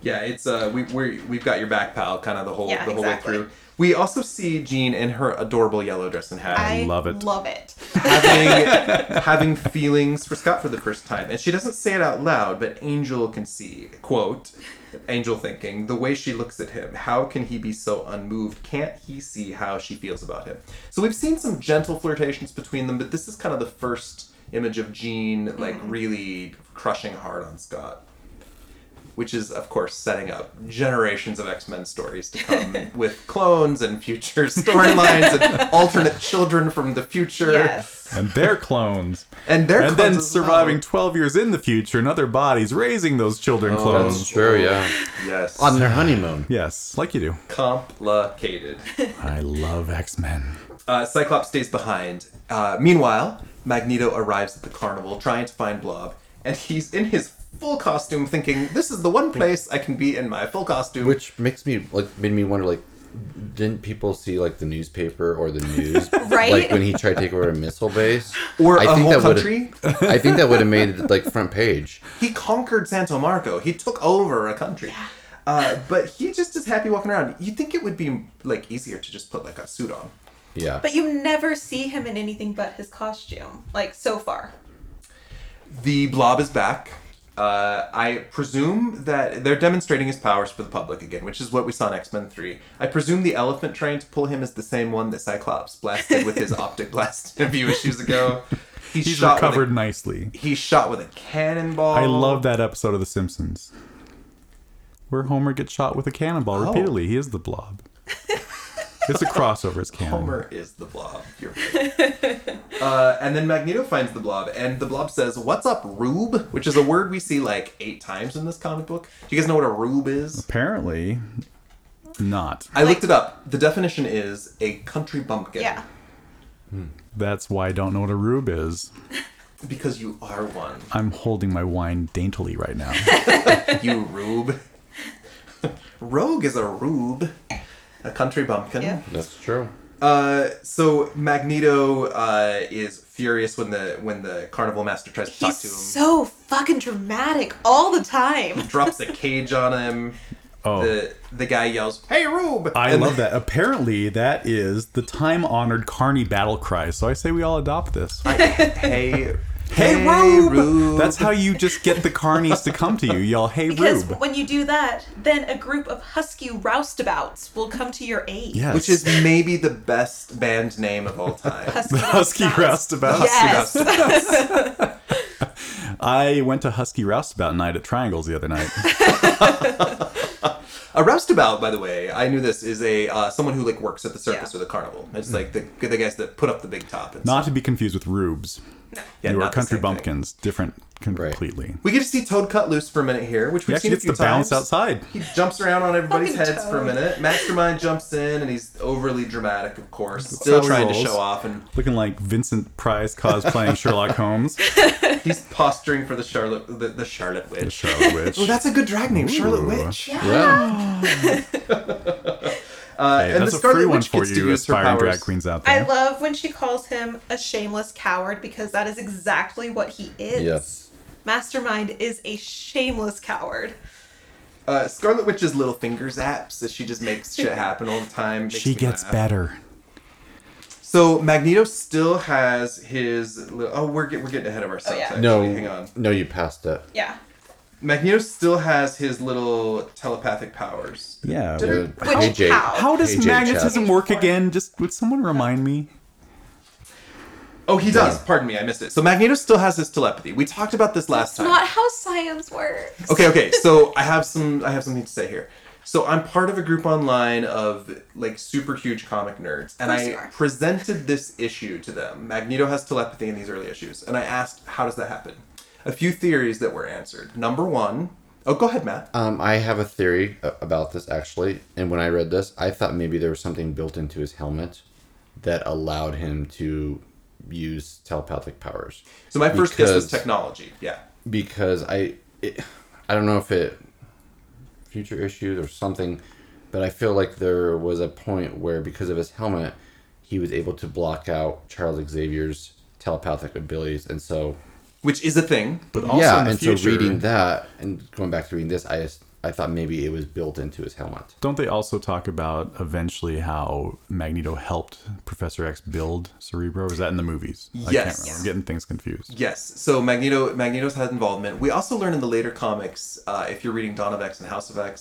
Speaker 1: Yeah, it's uh, we we we've got your back, pal. Kind of the whole
Speaker 2: Yeah,
Speaker 1: the whole
Speaker 2: exactly.
Speaker 1: way through. We also see Jean in her adorable yellow dress and hat.
Speaker 2: I
Speaker 4: love it.
Speaker 2: Love
Speaker 4: <laughs>
Speaker 2: it.
Speaker 1: having having feelings for Scott for the first time. And she doesn't say it out loud, but Angel can see. Quote Angel thinking, the way she looks at him, how can he be so unmoved? Can't he see how she feels about him? So we've seen some gentle flirtations between them, but this is kind of the first image of Jean like really crushing hard on Scott. Which is, of course, setting up generations of X Men stories to come with clones and future storylines and alternate children from the future
Speaker 2: Yes.
Speaker 4: And
Speaker 2: <laughs>
Speaker 4: they're clones.
Speaker 1: and they're
Speaker 4: and
Speaker 1: clones
Speaker 4: then
Speaker 1: as well.
Speaker 4: surviving 12 years in the future in other bodies, raising those
Speaker 1: Oh,
Speaker 4: children clones.
Speaker 3: That's true, yeah.
Speaker 1: Yes,
Speaker 3: On their honeymoon.
Speaker 4: Yes, like you do.
Speaker 1: complicated.
Speaker 4: I love X Men.
Speaker 1: Uh, Cyclops stays behind. Uh, meanwhile, Magneto arrives at the carnival trying to find Blob, and he's in his full costume, thinking, "This is the one place I can be in my full costume."
Speaker 3: <laughs> Which makes me like made me wonder like didn't people see like the newspaper or the
Speaker 1: <laughs>
Speaker 3: news
Speaker 2: Right?
Speaker 3: like when he tried to take over a missile base
Speaker 1: Or
Speaker 3: I
Speaker 1: a whole
Speaker 3: would've-
Speaker 1: country?
Speaker 3: I think that would have
Speaker 1: <laughs>
Speaker 3: made it like front page.
Speaker 1: he conquered Santo Marco. He took over a country. Uh, but he just is happy walking around. You'd think it would be like easier to just put like a suit on.
Speaker 3: Yeah.
Speaker 2: But you never see him in anything but his costume, like so far.
Speaker 1: The blob is back. Uh, I presume that they're demonstrating his powers for the public again, which is what we saw in X Men 3. I presume the elephant trying to pull him is the same one that Cyclops blasted with his optic blast a few issues ago. He's,
Speaker 4: He's
Speaker 1: shot
Speaker 4: recovered
Speaker 1: With
Speaker 4: nicely.
Speaker 1: a, he's shot with a cannonball.
Speaker 4: I love that episode of The Simpsons where Homer gets shot with a cannonball
Speaker 1: Oh.
Speaker 4: repeatedly. He is the blob. it's a crossover. It's canon.
Speaker 1: Homer is the blob. You're right. uh, and then Magneto finds the blob, and the blob says, What's up, Rube? Which is a word we see like eight times in this comic book. Do you guys know what a Rube is?
Speaker 4: Apparently, not.
Speaker 1: I looked it up. The definition is a country bumpkin.
Speaker 2: Yeah.
Speaker 4: That's why I don't know what a rube is.
Speaker 1: Because you are
Speaker 2: <laughs>
Speaker 1: one.
Speaker 4: I'm holding my wine daintily
Speaker 1: <laughs>
Speaker 4: right now.
Speaker 1: You rube. Rogue is a rube. A country bumpkin.
Speaker 2: Yeah.
Speaker 1: <gasps>
Speaker 3: That's true.
Speaker 1: Uh, so Magneto uh, is furious when the when the carnival master tries to talk
Speaker 2: He's
Speaker 1: to him.
Speaker 2: so <laughs> fucking dramatic all the
Speaker 4: <laughs>
Speaker 2: time.
Speaker 1: drops a cage on him.
Speaker 4: Oh.
Speaker 1: The the guy yells, "Hey, rube!"
Speaker 4: I
Speaker 1: And- <laughs>
Speaker 4: love that. Apparently, that is the time honored Carney battle cry. So I say we all adopt this.
Speaker 1: Hey,
Speaker 4: Hey,
Speaker 1: hey,
Speaker 4: Rube!
Speaker 1: rube!
Speaker 4: That's how you just get the carnies to come to you. Y'all, hey,
Speaker 2: Because
Speaker 4: Rube.
Speaker 2: when you do that, then a group of husky roustabouts will come to your aid.
Speaker 4: Yes.
Speaker 1: Which is maybe the best band name of all time.
Speaker 2: <laughs> Husky,
Speaker 4: the <laughs> Husky Roustabouts.
Speaker 2: Yes. <laughs>
Speaker 4: I went to Husky Roustabout night at Triangles the
Speaker 1: <laughs>
Speaker 4: other night.
Speaker 1: A roustabout, by the way, I knew this is a uh, someone who like works at the circus
Speaker 2: Yeah.
Speaker 1: or the carnival. It's like the the guys that put up the big top. And
Speaker 4: Not
Speaker 1: stuff.
Speaker 4: to be confused with Rubes.
Speaker 2: No.
Speaker 1: Yeah,
Speaker 4: you are
Speaker 1: not the
Speaker 4: country
Speaker 1: same thing.
Speaker 4: bumpkins, different completely.
Speaker 1: We get to see Toad cut loose for a minute here, which
Speaker 4: He
Speaker 1: we've
Speaker 4: actually
Speaker 1: seen a
Speaker 4: gets
Speaker 1: few
Speaker 4: to bounce
Speaker 1: times.
Speaker 4: outside.
Speaker 1: He jumps around on everybody's
Speaker 2: Fucking
Speaker 1: heads for a
Speaker 2: Toad.
Speaker 1: minute. Mastermind jumps in, and he's overly dramatic, of course,
Speaker 4: how
Speaker 1: still
Speaker 4: he
Speaker 1: trying to
Speaker 4: rolls.
Speaker 1: show off, and
Speaker 4: Looking like Vincent Price cosplaying Sherlock
Speaker 1: <laughs>
Speaker 4: Holmes.
Speaker 1: he's posturing for the Charlotte the, the Charlotte
Speaker 4: The
Speaker 1: Witch. <laughs>
Speaker 4: Charlotte Witch.
Speaker 1: Oh, that's a good drag name, Charlotte
Speaker 4: Ooh.
Speaker 1: Witch.
Speaker 3: Yeah.
Speaker 1: Uh,
Speaker 4: Hey,
Speaker 1: and
Speaker 4: that's
Speaker 1: the
Speaker 4: a
Speaker 1: Scarlet
Speaker 4: free one
Speaker 1: Witch
Speaker 4: for
Speaker 1: gets to
Speaker 4: you,
Speaker 1: use her
Speaker 4: aspiring drag
Speaker 1: powers.
Speaker 4: queens out
Speaker 2: I
Speaker 4: there.
Speaker 2: love when she calls him a shameless coward because that is exactly what he is.
Speaker 3: Yes.
Speaker 2: Mastermind is a shameless coward.
Speaker 1: Uh, Scarlet Witch's little fingers apps that she just makes shit happen all the time. makes
Speaker 4: she
Speaker 1: me
Speaker 4: gets
Speaker 1: laugh.
Speaker 4: better.
Speaker 1: So Magneto still has his. li- Oh, we're get, we're getting ahead of ourselves.
Speaker 2: Oh, yeah.
Speaker 1: actually. hang
Speaker 3: No.
Speaker 1: on.
Speaker 3: No, you passed it.
Speaker 2: Yeah.
Speaker 1: Magneto still has his little telepathic powers.
Speaker 4: Yeah.
Speaker 1: Dude.
Speaker 3: Uh,
Speaker 2: Which-
Speaker 3: AJ.
Speaker 2: how?
Speaker 4: How does
Speaker 3: AJ
Speaker 4: magnetism
Speaker 2: Chapman.
Speaker 4: work again? Just would someone remind me?
Speaker 1: Oh, he does. Pardon me, I missed it. So Magneto still has his telepathy. We talked about this last
Speaker 2: It's
Speaker 1: time.
Speaker 2: not how science works.
Speaker 1: okay okay so i have some i have something to say here so i'm part of a group online of like super huge comic nerds and
Speaker 2: course
Speaker 1: i
Speaker 2: you are.
Speaker 1: presented this issue to them magneto has telepathy in these early issues and i asked how does that happen a few theories that were answered number one oh go ahead matt
Speaker 3: Um, I have a theory a- about this actually, and when I read this, I thought maybe there was something built into his helmet that allowed him to use telepathic powers.
Speaker 1: so my first guess was
Speaker 3: because-
Speaker 1: technology yeah
Speaker 3: Because I, it, I don't know if it future issues or something, but I feel like there was a point where because of his helmet, he was able to block out Charles Xavier's telepathic abilities, and so
Speaker 1: which is a thing.
Speaker 4: But also
Speaker 3: yeah,
Speaker 4: in the
Speaker 3: and
Speaker 4: future,
Speaker 3: so reading that and going back to reading this, I just, I thought maybe it was built into his helmet.
Speaker 4: don't they also talk about eventually how Magneto helped Professor X build Cerebro? Or is that in the movies? I
Speaker 1: Yes.
Speaker 4: can't remember. I'm getting things confused.
Speaker 1: Yes, so Magneto Magneto's had involvement. We also learn in the later comics, uh, if you're reading Dawn of X and House of X,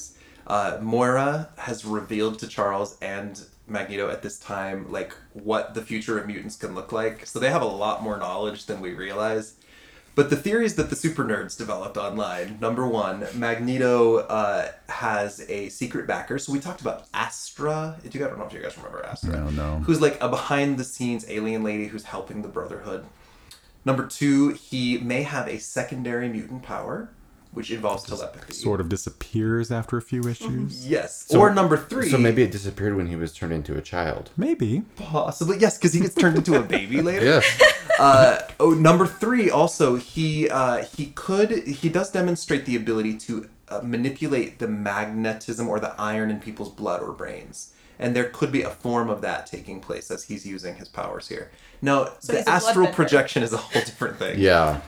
Speaker 1: uh, Moira has revealed to Charles and Magneto at this time like what the future of mutants can look like. So they have a lot more knowledge than we realize. But the theories that the super nerds developed online. Number one, Magneto uh, has a secret backer. So we talked about Astra. Do you guys, I don't know if you guys remember Astra.
Speaker 4: No, no.
Speaker 1: Who's like a behind the scenes alien lady who's helping the Brotherhood. Number two, he may have a secondary mutant power, which involves telepathy.
Speaker 4: Sort of disappears after a few issues.
Speaker 1: Yes. or number three.
Speaker 3: So maybe it disappeared when he was turned into a child.
Speaker 4: Maybe.
Speaker 1: possibly yes, because he gets turned into a
Speaker 3: <laughs>
Speaker 1: baby later.
Speaker 3: Yes.
Speaker 1: Uh, oh, number three. Also, he uh, he could he does demonstrate the ability to uh, manipulate the magnetism or the iron in people's blood or brains, and there could be a form of that taking place as he's using his powers here. Now,
Speaker 2: he's
Speaker 1: the
Speaker 2: a
Speaker 1: astral
Speaker 2: bloodbender.
Speaker 1: projection is a whole different thing.
Speaker 3: yeah.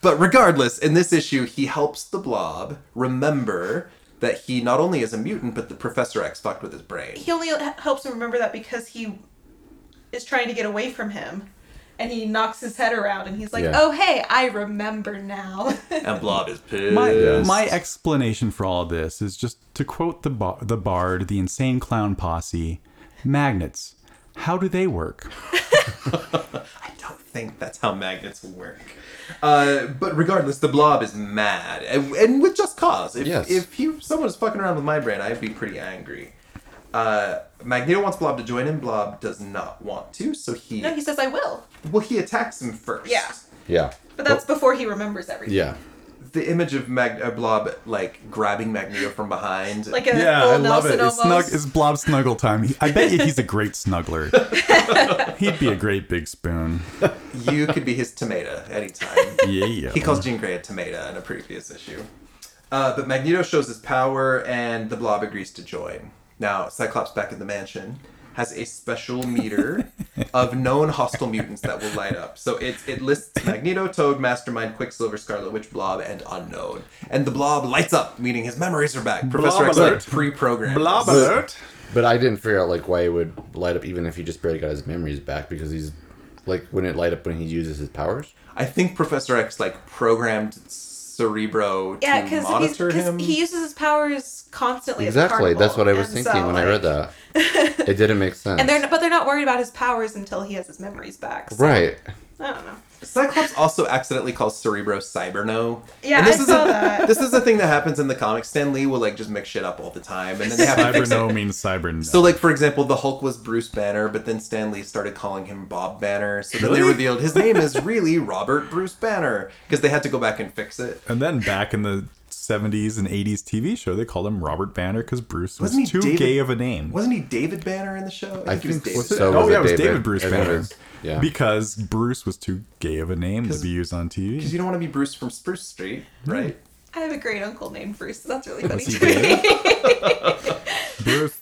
Speaker 1: But regardless, in this issue, he helps the Blob remember that he not only is a mutant, but the Professor X fucked with his brain.
Speaker 2: He only h- helps him remember that because he is trying to get away from him. And he knocks his head around and he's like,
Speaker 3: Yeah.
Speaker 2: oh, hey, I remember now. <laughs>
Speaker 1: And Blob is pissed.
Speaker 4: My,
Speaker 3: Yes.
Speaker 4: my explanation for all this is just to quote the bar, the bard, the insane clown posse, magnets. How do they work?
Speaker 1: I don't think that's how magnets work. Uh, but regardless, the Blob is mad, and, and with just cause. If,
Speaker 3: Yes.
Speaker 1: if he, someone was fucking around with my brain, I'd be pretty angry. Uh, Magneto wants Blob to join him. Blob does not want to, so he
Speaker 2: no, he says, I will.
Speaker 1: well he attacks him first.
Speaker 2: Yeah.
Speaker 3: Yeah.
Speaker 2: But that's before he remembers everything.
Speaker 3: yeah.
Speaker 1: The image of Mag- uh, Blob like grabbing Magneto from behind,
Speaker 2: Like a full Nelson
Speaker 4: It's, snug,
Speaker 2: almost.
Speaker 4: it's blob snuggle time. He- I bet you he's a great snuggler. He'd be a great big spoon.
Speaker 1: you could be his tomato anytime.
Speaker 4: <laughs> Yeah.
Speaker 1: He calls Jean Grey a tomato in a previous issue. Uh, but Magneto shows his power, and the Blob agrees to join. Now, Cyclops back in the mansion has a special
Speaker 4: <laughs>
Speaker 1: meter of known hostile mutants that will light up. So it, it lists Magneto, Toad, Mastermind, Quicksilver, Scarlet Witch, Blob, and Unknown. And the Blob lights up, meaning his memories are back. Professor X like
Speaker 4: alert.
Speaker 1: pre-programmed.
Speaker 4: blob
Speaker 1: this.
Speaker 4: alert.
Speaker 3: But I didn't figure out like why it would light up even if he just barely got his memories back because he's like wouldn't it light up when he uses his powers?
Speaker 1: I think Professor X like programmed Cerebro to
Speaker 2: Yeah, because
Speaker 1: monitor him.
Speaker 2: he uses his powers constantly. at the
Speaker 3: Exactly. That's
Speaker 2: carnival,
Speaker 3: what I was
Speaker 2: and
Speaker 3: thinking
Speaker 2: so,
Speaker 3: when I read
Speaker 2: like-
Speaker 3: that. it didn't make sense.
Speaker 2: <laughs> And they're but they're not worried about his powers until he has his memories back. so-
Speaker 3: right.
Speaker 2: I don't know.
Speaker 1: Cyclops also accidentally calls Cerebro Cyberno.
Speaker 2: Yeah,
Speaker 1: And this
Speaker 2: I
Speaker 1: is
Speaker 2: saw
Speaker 1: a, <laughs>
Speaker 2: that.
Speaker 1: This is a thing that happens in the comics. Stan Lee will like just make shit up all the time, and then they have to fix it.
Speaker 3: <laughs>
Speaker 4: Cyberno means cyber.
Speaker 1: So, like for example, the Hulk was Bruce Banner, but then Stan Lee started calling him Bob Banner. So then they
Speaker 4: Really?
Speaker 1: revealed his name is really Robert Bruce Banner because they had to go back and fix it.
Speaker 4: and then back in the 70s and 80s TV show, they called him Robert Banner because Bruce was
Speaker 1: Wasn't he
Speaker 4: too
Speaker 1: David-
Speaker 4: gay of a name.
Speaker 1: Wasn't he David Banner in the show?
Speaker 3: I
Speaker 1: he was
Speaker 3: think
Speaker 1: David.
Speaker 3: was So
Speaker 4: oh
Speaker 3: was
Speaker 4: yeah,
Speaker 3: it
Speaker 4: it was
Speaker 3: David?
Speaker 4: David, Bruce
Speaker 3: Everyone
Speaker 4: Banner.
Speaker 3: was- yeah.
Speaker 4: Because Bruce was too gay of a name to
Speaker 1: 'Cause-
Speaker 4: be used on TV.
Speaker 1: Because you don't want to be Bruce from Spruce Street, right?
Speaker 2: I have a great uncle named Bruce. So that's really funny.
Speaker 4: he
Speaker 2: to me. <laughs>
Speaker 4: Bruce.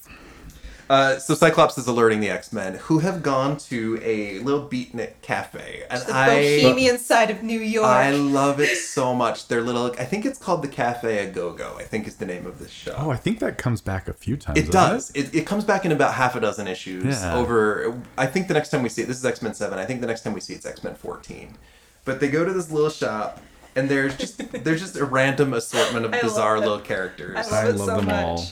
Speaker 1: Uh, so Cyclops is alerting the X Men, who have gone to a little beatnik cafe, and
Speaker 2: the
Speaker 1: I
Speaker 2: bohemian side of New York.
Speaker 1: I love it so much. Their little, I think it's called the Cafe a Go Go. I think is the name of this show.
Speaker 4: Oh, I think that comes back a few times.
Speaker 1: it
Speaker 4: doesn't
Speaker 1: does. It, it comes back in about half a dozen issues.
Speaker 4: Yeah.
Speaker 1: Over, I think the next time we see it, this is X Men Seven. I think the next time we see it's X Men Fourteen. But they go to this little shop, and there's just there's just a random assortment of
Speaker 2: I love
Speaker 1: bizarre
Speaker 2: it.
Speaker 1: little characters.
Speaker 2: I
Speaker 4: I
Speaker 2: love it
Speaker 4: love
Speaker 2: so
Speaker 4: them all.
Speaker 2: much.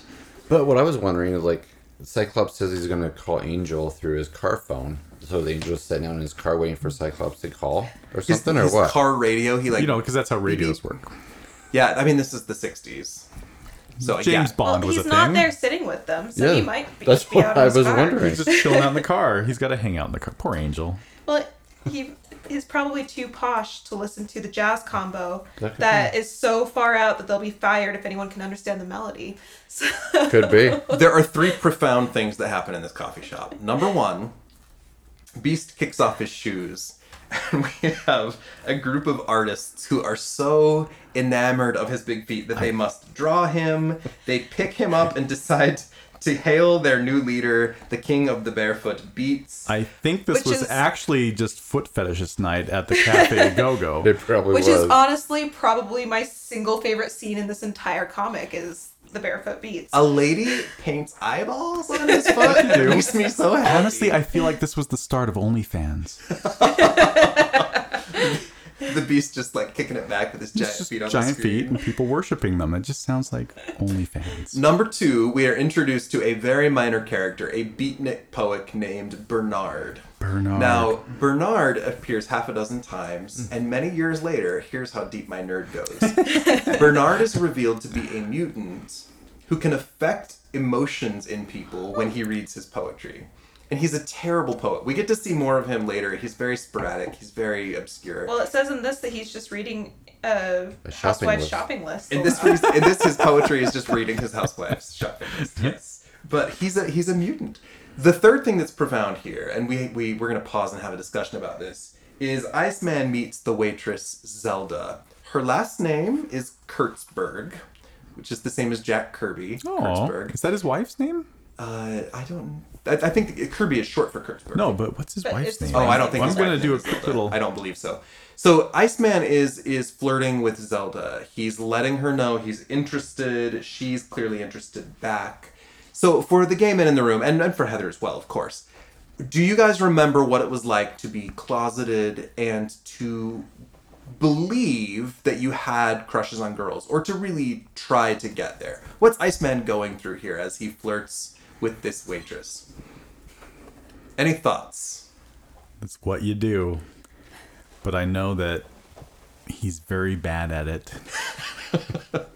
Speaker 3: But what I was wondering is like Cyclops says he's gonna call Angel through his car phone. So the angel's sitting down in his car waiting for Cyclops to call or
Speaker 1: His-
Speaker 3: something
Speaker 1: his
Speaker 3: or what?
Speaker 1: Car radio. He like
Speaker 4: You know, because that's how radios
Speaker 1: Beep.
Speaker 4: work.
Speaker 1: yeah. I mean, this is the '60s. So
Speaker 4: James
Speaker 1: yeah.
Speaker 4: Bond
Speaker 2: well,
Speaker 4: was
Speaker 2: he's
Speaker 4: a
Speaker 2: not
Speaker 4: thing.
Speaker 2: there sitting with them, so he
Speaker 3: Yeah,
Speaker 2: might be,
Speaker 3: that's
Speaker 2: be
Speaker 3: what
Speaker 2: out
Speaker 3: I
Speaker 2: of his
Speaker 3: was
Speaker 2: car.
Speaker 3: wondering.
Speaker 4: He's just chilling out in the car. He's got to hang out in the car. Poor Angel.
Speaker 2: Well, he is probably too posh to listen to the jazz combo
Speaker 3: That could
Speaker 2: that is so far out that they'll be fired if anyone can understand the melody. <laughs> So
Speaker 3: Could be.
Speaker 2: <laughs>
Speaker 1: there are three profound things that happen in this coffee shop. Number one, Beast kicks off his shoes <laughs> And we have a group of artists who are so enamored of his big feet that they must draw him. They pick him up and decide to hail their new leader, the king of the barefoot beats.
Speaker 4: I think this
Speaker 2: Which
Speaker 4: was
Speaker 2: is-
Speaker 4: actually just foot fetishist night at the
Speaker 1: <laughs>
Speaker 4: Cafe Go Go.
Speaker 3: It probably
Speaker 2: Which
Speaker 3: was.
Speaker 2: is honestly probably my single favorite scene in this entire comic is the barefoot beats.
Speaker 1: a lady paints eyeballs on his
Speaker 4: <laughs>
Speaker 1: foot. It makes me so happy.
Speaker 4: Honestly, I feel like this was the start of OnlyFans.
Speaker 1: the beast just like kicking it back with his giant
Speaker 4: It's just
Speaker 1: feet on
Speaker 4: giant
Speaker 1: the screen.
Speaker 4: feet and people worshiping them. It just sounds like OnlyFans.
Speaker 1: Number two, we are introduced to a very minor character, a beatnik poet named Bernard.
Speaker 4: Bernard.
Speaker 1: Now, Bernard appears half a dozen times, and many years later, here's how deep my nerd goes. Bernard is revealed to be a mutant who can affect emotions in people when he reads his poetry. And he's a terrible poet. We get to see more of him later. He's very sporadic, he's very obscure.
Speaker 2: well, it says in this that he's just reading uh,
Speaker 3: A shopping
Speaker 2: Housewives
Speaker 3: list.
Speaker 2: shopping list.
Speaker 1: In
Speaker 2: a
Speaker 1: this,
Speaker 2: lot.
Speaker 1: re- in this, his poetry is just reading his housewife's shopping list. Yes, but he's a he's a mutant. The third thing that's profound here, and we we we're gonna pause and have a discussion about this, is Iceman meets the waitress Zelda. Her last name is Kurtzberg, which is the same as Jack Kirby.
Speaker 4: Oh,
Speaker 1: Kurtzberg.
Speaker 4: is that his wife's name?
Speaker 1: Uh, I don't. I, I think Kirby is short for Kurtzberg.
Speaker 4: No, but what's his
Speaker 2: But
Speaker 4: wife's
Speaker 2: it's his
Speaker 4: name?
Speaker 1: Oh, I don't think.
Speaker 4: I'm
Speaker 1: his
Speaker 4: going
Speaker 1: wife
Speaker 4: to do a
Speaker 1: is
Speaker 4: quick
Speaker 1: Zelda.
Speaker 4: little.
Speaker 1: I don't believe so. So Iceman is is flirting with Zelda. He's letting her know he's interested. She's clearly interested back. So for the gay men in the room, and, and for Heather as well, of course. Do you guys remember what it was like to be closeted and to believe that you had crushes on girls, or to really try to get there? What's Iceman going through here as he flirts with this waitress? Any thoughts?
Speaker 4: That's what you do. But I know that he's very bad at it.
Speaker 1: <laughs>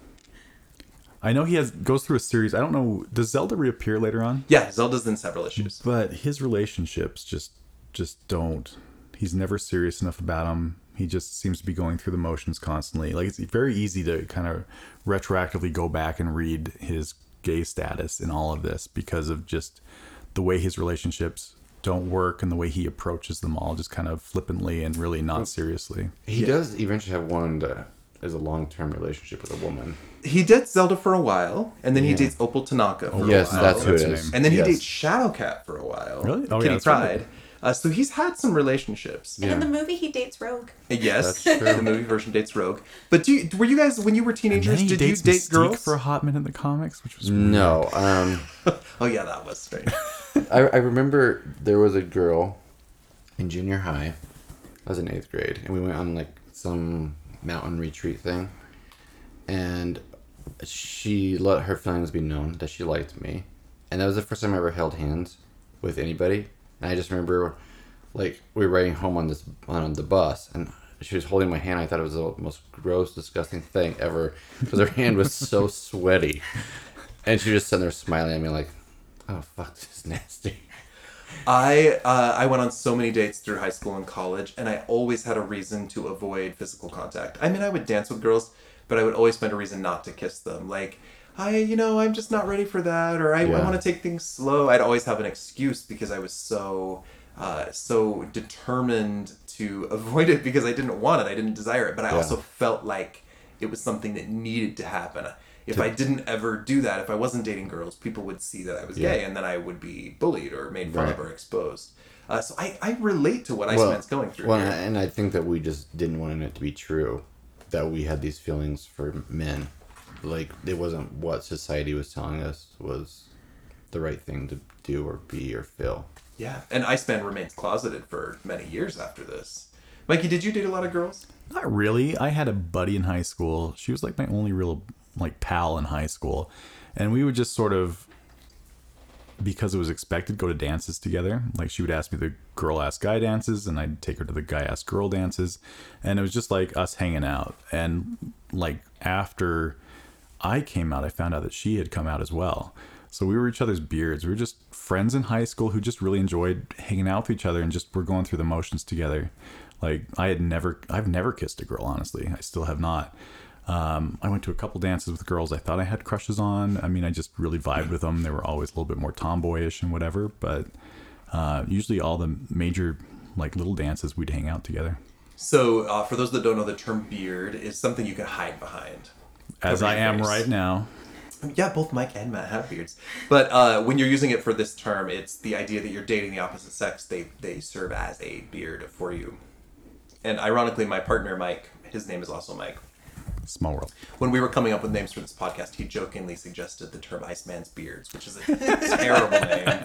Speaker 4: I know he has goes through a series. I don't know. Does Zelda reappear later on?
Speaker 1: Yeah, Zelda's in several issues.
Speaker 4: But his relationships just just don't. He's never serious enough about them. He just seems to be going through the motions constantly. Like it's very easy to kind of retroactively go back and read his gay status in all of this because of just the way his relationships don't work and the way he approaches them all just kind of flippantly and really not seriously.
Speaker 3: he does eventually have one that is a long term relationship with a woman.
Speaker 1: He dates Zelda for a while, and then he dates Opal Tanaka for
Speaker 3: Yes,
Speaker 1: a while.
Speaker 3: that's who it
Speaker 4: That's her
Speaker 3: is.
Speaker 4: name.
Speaker 1: And then he
Speaker 3: Yes.
Speaker 1: dates Shadowcat for a while.
Speaker 4: Really? Oh, yeah,
Speaker 1: Kitty
Speaker 4: that's
Speaker 1: Pride.
Speaker 4: right.
Speaker 1: Uh, so he's had some relationships.
Speaker 2: and <laughs> in
Speaker 3: Yeah.
Speaker 2: the movie, he dates Rogue.
Speaker 1: Yes,
Speaker 3: That's true.
Speaker 1: the movie version dates Rogue. But do you, were you guys when you were teenagers?
Speaker 4: And then he
Speaker 1: Did you
Speaker 4: dates
Speaker 1: date
Speaker 4: Mystique
Speaker 1: girls?
Speaker 4: for a hot minute in the comics, which was
Speaker 3: No,
Speaker 4: <laughs>
Speaker 3: um,
Speaker 1: <laughs> Oh yeah, that was strange.
Speaker 3: I, I remember there was a girl in junior high. I was in eighth grade, and we went on like some mountain retreat thing, and she let her feelings be known that she liked me, and that was the first time I ever held hands with anybody. And I just remember, like, we were riding home on this on the bus, and she was holding my hand. I thought it was the most gross, disgusting thing ever because her hand was so sweaty, and she was just sitting there smiling at me like, "Oh fuck, this is nasty."
Speaker 1: I uh, I went on so many dates through high school and college, and I always had a reason to avoid physical contact. I mean, I would dance with girls, but I would always find a reason not to kiss them. Like, I you know I'm just not ready for that, or I, I
Speaker 3: Yeah.
Speaker 1: want to take things slow. I'd always have an excuse because I was so uh, so determined to avoid it because I didn't want it, I didn't desire it, but I also felt like it was something that needed to happen. If I didn't ever do that, if I wasn't dating girls, people would see that I was
Speaker 3: Yeah.
Speaker 1: gay, and then I would be bullied or made fun of
Speaker 3: Right.
Speaker 1: or exposed. Uh, so I, I relate to what Iceman's going through.
Speaker 3: Well,
Speaker 1: here.
Speaker 3: and I think that we just didn't want it to be true that we had these feelings for men. Like, it wasn't what society was telling us was the right thing to do or be or feel.
Speaker 1: yeah, and Iceman remains closeted for many years after this. Mikey, did you date a lot of girls?
Speaker 4: Not really. I had a buddy in high school. She was like my only real like pal in high school, and we would just sort of because it was expected go to dances together. Like she would ask me the girl ass guy dances, and I'd take her to the guy ass girl dances, and it was just like us hanging out. And like after I came out, I found out that she had come out as well. So we were each other's beards. We were just friends in high school who just really enjoyed hanging out with each other and just were going through the motions together. Like I had never, I've never kissed a girl. Honestly, I still have not. Um, I went to a couple dances with girls I thought I had crushes on. I mean, I just really vibed with them. They were always a little bit more tomboyish and whatever. But uh, usually, all the major like little dances. We'd hang out together.
Speaker 1: So, uh, for those that don't know, the term beard is something you can hide behind.
Speaker 4: As
Speaker 1: Cover
Speaker 4: I
Speaker 1: your
Speaker 4: am
Speaker 1: face.
Speaker 4: right now.
Speaker 1: Yeah, both Mike and Matt have beards. But uh, when you're using it for this term, it's the idea that you're dating the opposite sex. They they serve as a beard for you. And ironically, my partner Mike, his name is also Mike.
Speaker 4: Small world.
Speaker 1: When we were coming up with names for this podcast, he jokingly suggested the term "Iceman's beards," which is a <laughs> terrible name.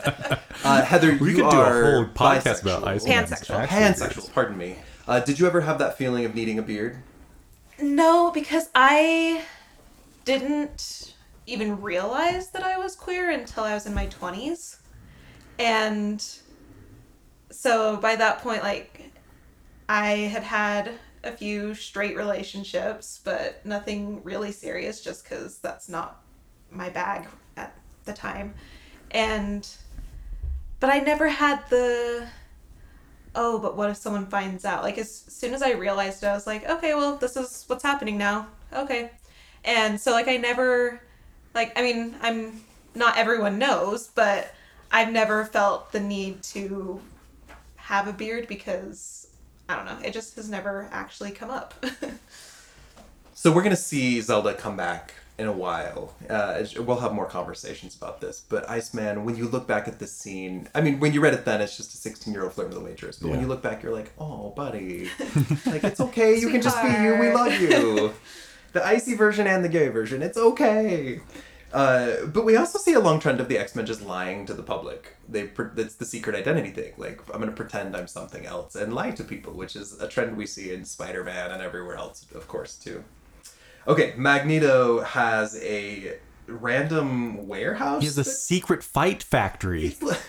Speaker 1: Uh, Heather,
Speaker 4: We
Speaker 1: you
Speaker 4: could do a
Speaker 1: are
Speaker 4: whole podcast about
Speaker 1: bisexual.
Speaker 4: Iceman's
Speaker 2: Pansexual.
Speaker 4: actual beards.
Speaker 1: Pansexual. Pardon me. Uh, did you ever have that feeling of needing a beard?
Speaker 2: No, because I didn't even realize that I was queer until I was in my 20s. And so by that point, like, I had had a few straight relationships, but nothing really serious just because that's not my bag at the time. And, but I never had the oh, but what if someone finds out? Like, as soon as I realized it, I was like, okay, well, this is what's happening now. Okay. And so, like, I never, like, I mean, I'm not everyone knows, but I've never felt the need to have a beard because I don't know, it just has never actually come up. <laughs>
Speaker 1: So we're gonna see Zelda come back in a while. Uh, we'll have more conversations about this. But Iceman, when you look back at this scene, I mean, when you read it then, it's just a sixteen-year-old flirt with a waitress. But when
Speaker 4: Yeah.
Speaker 1: you look back, you're like, oh, buddy, like it's okay. you can just be you. We love you. the icy version and the gay version. It's okay. Uh, but we also see a long trend of the X Men just lying to the public. They pre- that's the secret identity thing. Like I'm gonna pretend I'm something else and lie to people, which is a trend we see in Spider Man and everywhere else, of course, too. Okay, Magneto has a random warehouse.
Speaker 4: He has a secret
Speaker 1: <laughs>
Speaker 4: fight factory.
Speaker 1: that-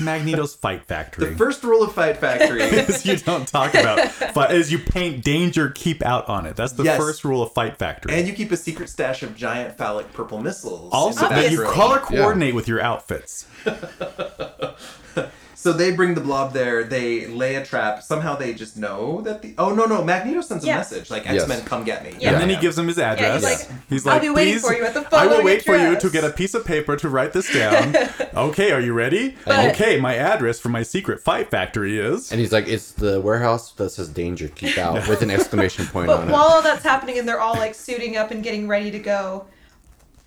Speaker 4: Magneto's fight factory. <laughs>
Speaker 1: the first rule of Fight Factory.
Speaker 4: is you don't talk about fight is you paint danger keep out on it. That's the
Speaker 1: Yes.
Speaker 4: first rule of fight factory.
Speaker 1: And you keep a secret stash of giant phallic purple missiles. in
Speaker 4: also
Speaker 1: the
Speaker 4: that you
Speaker 1: bathroom.
Speaker 4: color coordinate with your outfits.
Speaker 1: So they bring the blob there. They lay a trap. Somehow they just know that the. Oh no no! Magneto sends a
Speaker 2: Yeah.
Speaker 1: message like
Speaker 3: Yes.
Speaker 1: X Men, come get me.
Speaker 2: Yeah.
Speaker 4: And then he gives him his address.
Speaker 2: like, "I'll be waiting
Speaker 4: "Please,
Speaker 2: for you at the
Speaker 4: I will
Speaker 2: following
Speaker 4: wait for you to
Speaker 2: address."
Speaker 4: get a piece of paper to write this
Speaker 2: <laughs>
Speaker 4: down. okay, are you ready?
Speaker 2: But-
Speaker 4: okay, my address for my secret fight factory is.
Speaker 3: And he's like, it's the warehouse that says danger, keep
Speaker 1: <laughs>
Speaker 3: out, with an exclamation point
Speaker 2: but
Speaker 3: on
Speaker 2: while
Speaker 3: it.
Speaker 2: all that's happening and they're all like suiting up and getting ready to go,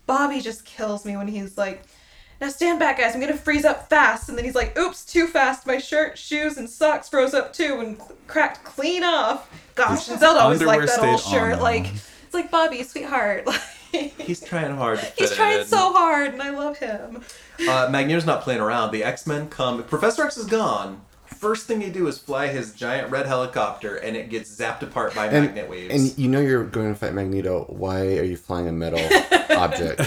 Speaker 2: Bobby just kills me when he's like, now stand back, guys. I'm gonna freeze up fast. And then he's like, "Oops, too fast. My shirt, shoes, and socks froze up too, and cl- cracked clean off." Gosh, Zelda always
Speaker 4: underwear
Speaker 2: liked that old
Speaker 4: stayed on,
Speaker 2: shirt.
Speaker 4: though.
Speaker 2: Like, it's like Bobby, sweetheart. <laughs> Like,
Speaker 1: He's trying hard. To fit
Speaker 2: he's
Speaker 1: it
Speaker 2: trying
Speaker 1: in.
Speaker 2: so hard, and I love him.
Speaker 1: Uh, Magneto's not playing around. The X Men come. Professor X is gone. First thing they do is fly his giant red helicopter, and it gets zapped apart by
Speaker 3: And,
Speaker 1: magnet waves.
Speaker 3: and you know you're going to fight Magneto. Why are you flying
Speaker 1: <laughs>
Speaker 3: a metal object?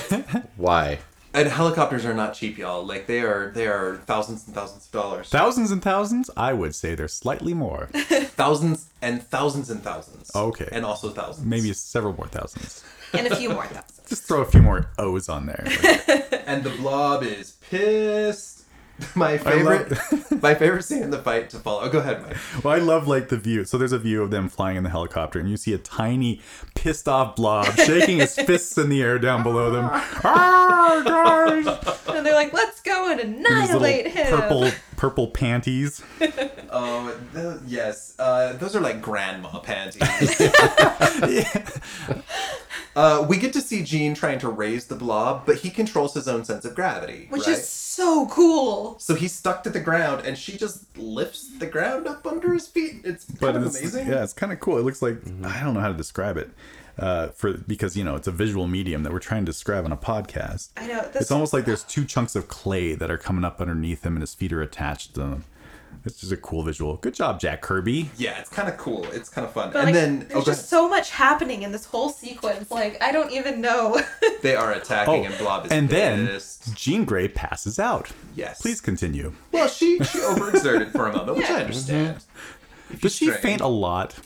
Speaker 3: Why?
Speaker 1: And helicopters are not cheap, y'all. Like they are, they are thousands and thousands of dollars.
Speaker 4: Thousands and thousands? I would say there's
Speaker 2: <laughs>
Speaker 4: slightly more.
Speaker 1: thousands and thousands and thousands.
Speaker 4: Okay.
Speaker 1: And also thousands.
Speaker 4: Maybe several more thousands.
Speaker 2: And a few more thousand.
Speaker 4: <laughs> Just throw a few more O's on there.
Speaker 2: <laughs>
Speaker 1: And the blob is pissed. <laughs> My
Speaker 4: I love-
Speaker 1: favorite, my favorite scene in the fight to follow. Oh, go ahead, Mike.
Speaker 4: Well, I love like the view. So there's a view of them flying in the helicopter, and you see a tiny, pissed off blob shaking
Speaker 2: <laughs>
Speaker 4: his fists in the air down below them. Ah, guys!
Speaker 2: And they're like, "Let's go and
Speaker 4: In his
Speaker 2: annihilate
Speaker 4: little
Speaker 2: him."
Speaker 4: purple, purple panties.
Speaker 1: Oh, th- yes. Uh, those are like grandma panties. <laughs> uh, we get to see Gene trying to raise the blob, but he controls his own sense of gravity.
Speaker 2: which
Speaker 1: right?
Speaker 2: is so cool.
Speaker 1: So he's stuck to the ground, and she just lifts the ground up under his feet. It's
Speaker 4: But
Speaker 1: kind of
Speaker 4: it's,
Speaker 1: amazing.
Speaker 4: yeah, it's kind of cool. It looks like I don't know how to describe it. Uh, for because you know it's a visual medium that we're trying to describe on a podcast.
Speaker 2: I know. This
Speaker 4: It's almost like there's two chunks of clay that are coming up underneath him, and his feet are attached to them. It's just a cool visual. Good job, Jack Kirby.
Speaker 1: Yeah, it's kind of cool. It's kind of fun.
Speaker 2: But
Speaker 1: and
Speaker 2: like,
Speaker 1: then
Speaker 2: there's
Speaker 1: oh, go
Speaker 2: just so much happening in this whole sequence. Like I don't even know. <laughs>
Speaker 1: ahead. they are attacking, and Blob is
Speaker 4: Oh, and then
Speaker 1: pissed.
Speaker 4: Jean Grey passes out.
Speaker 1: Yes.
Speaker 4: Please continue.
Speaker 1: Well, she she overexerted for a moment, which
Speaker 2: Yeah.
Speaker 1: I understand.
Speaker 4: Mm-hmm. Does she
Speaker 1: strange.
Speaker 4: faint a lot?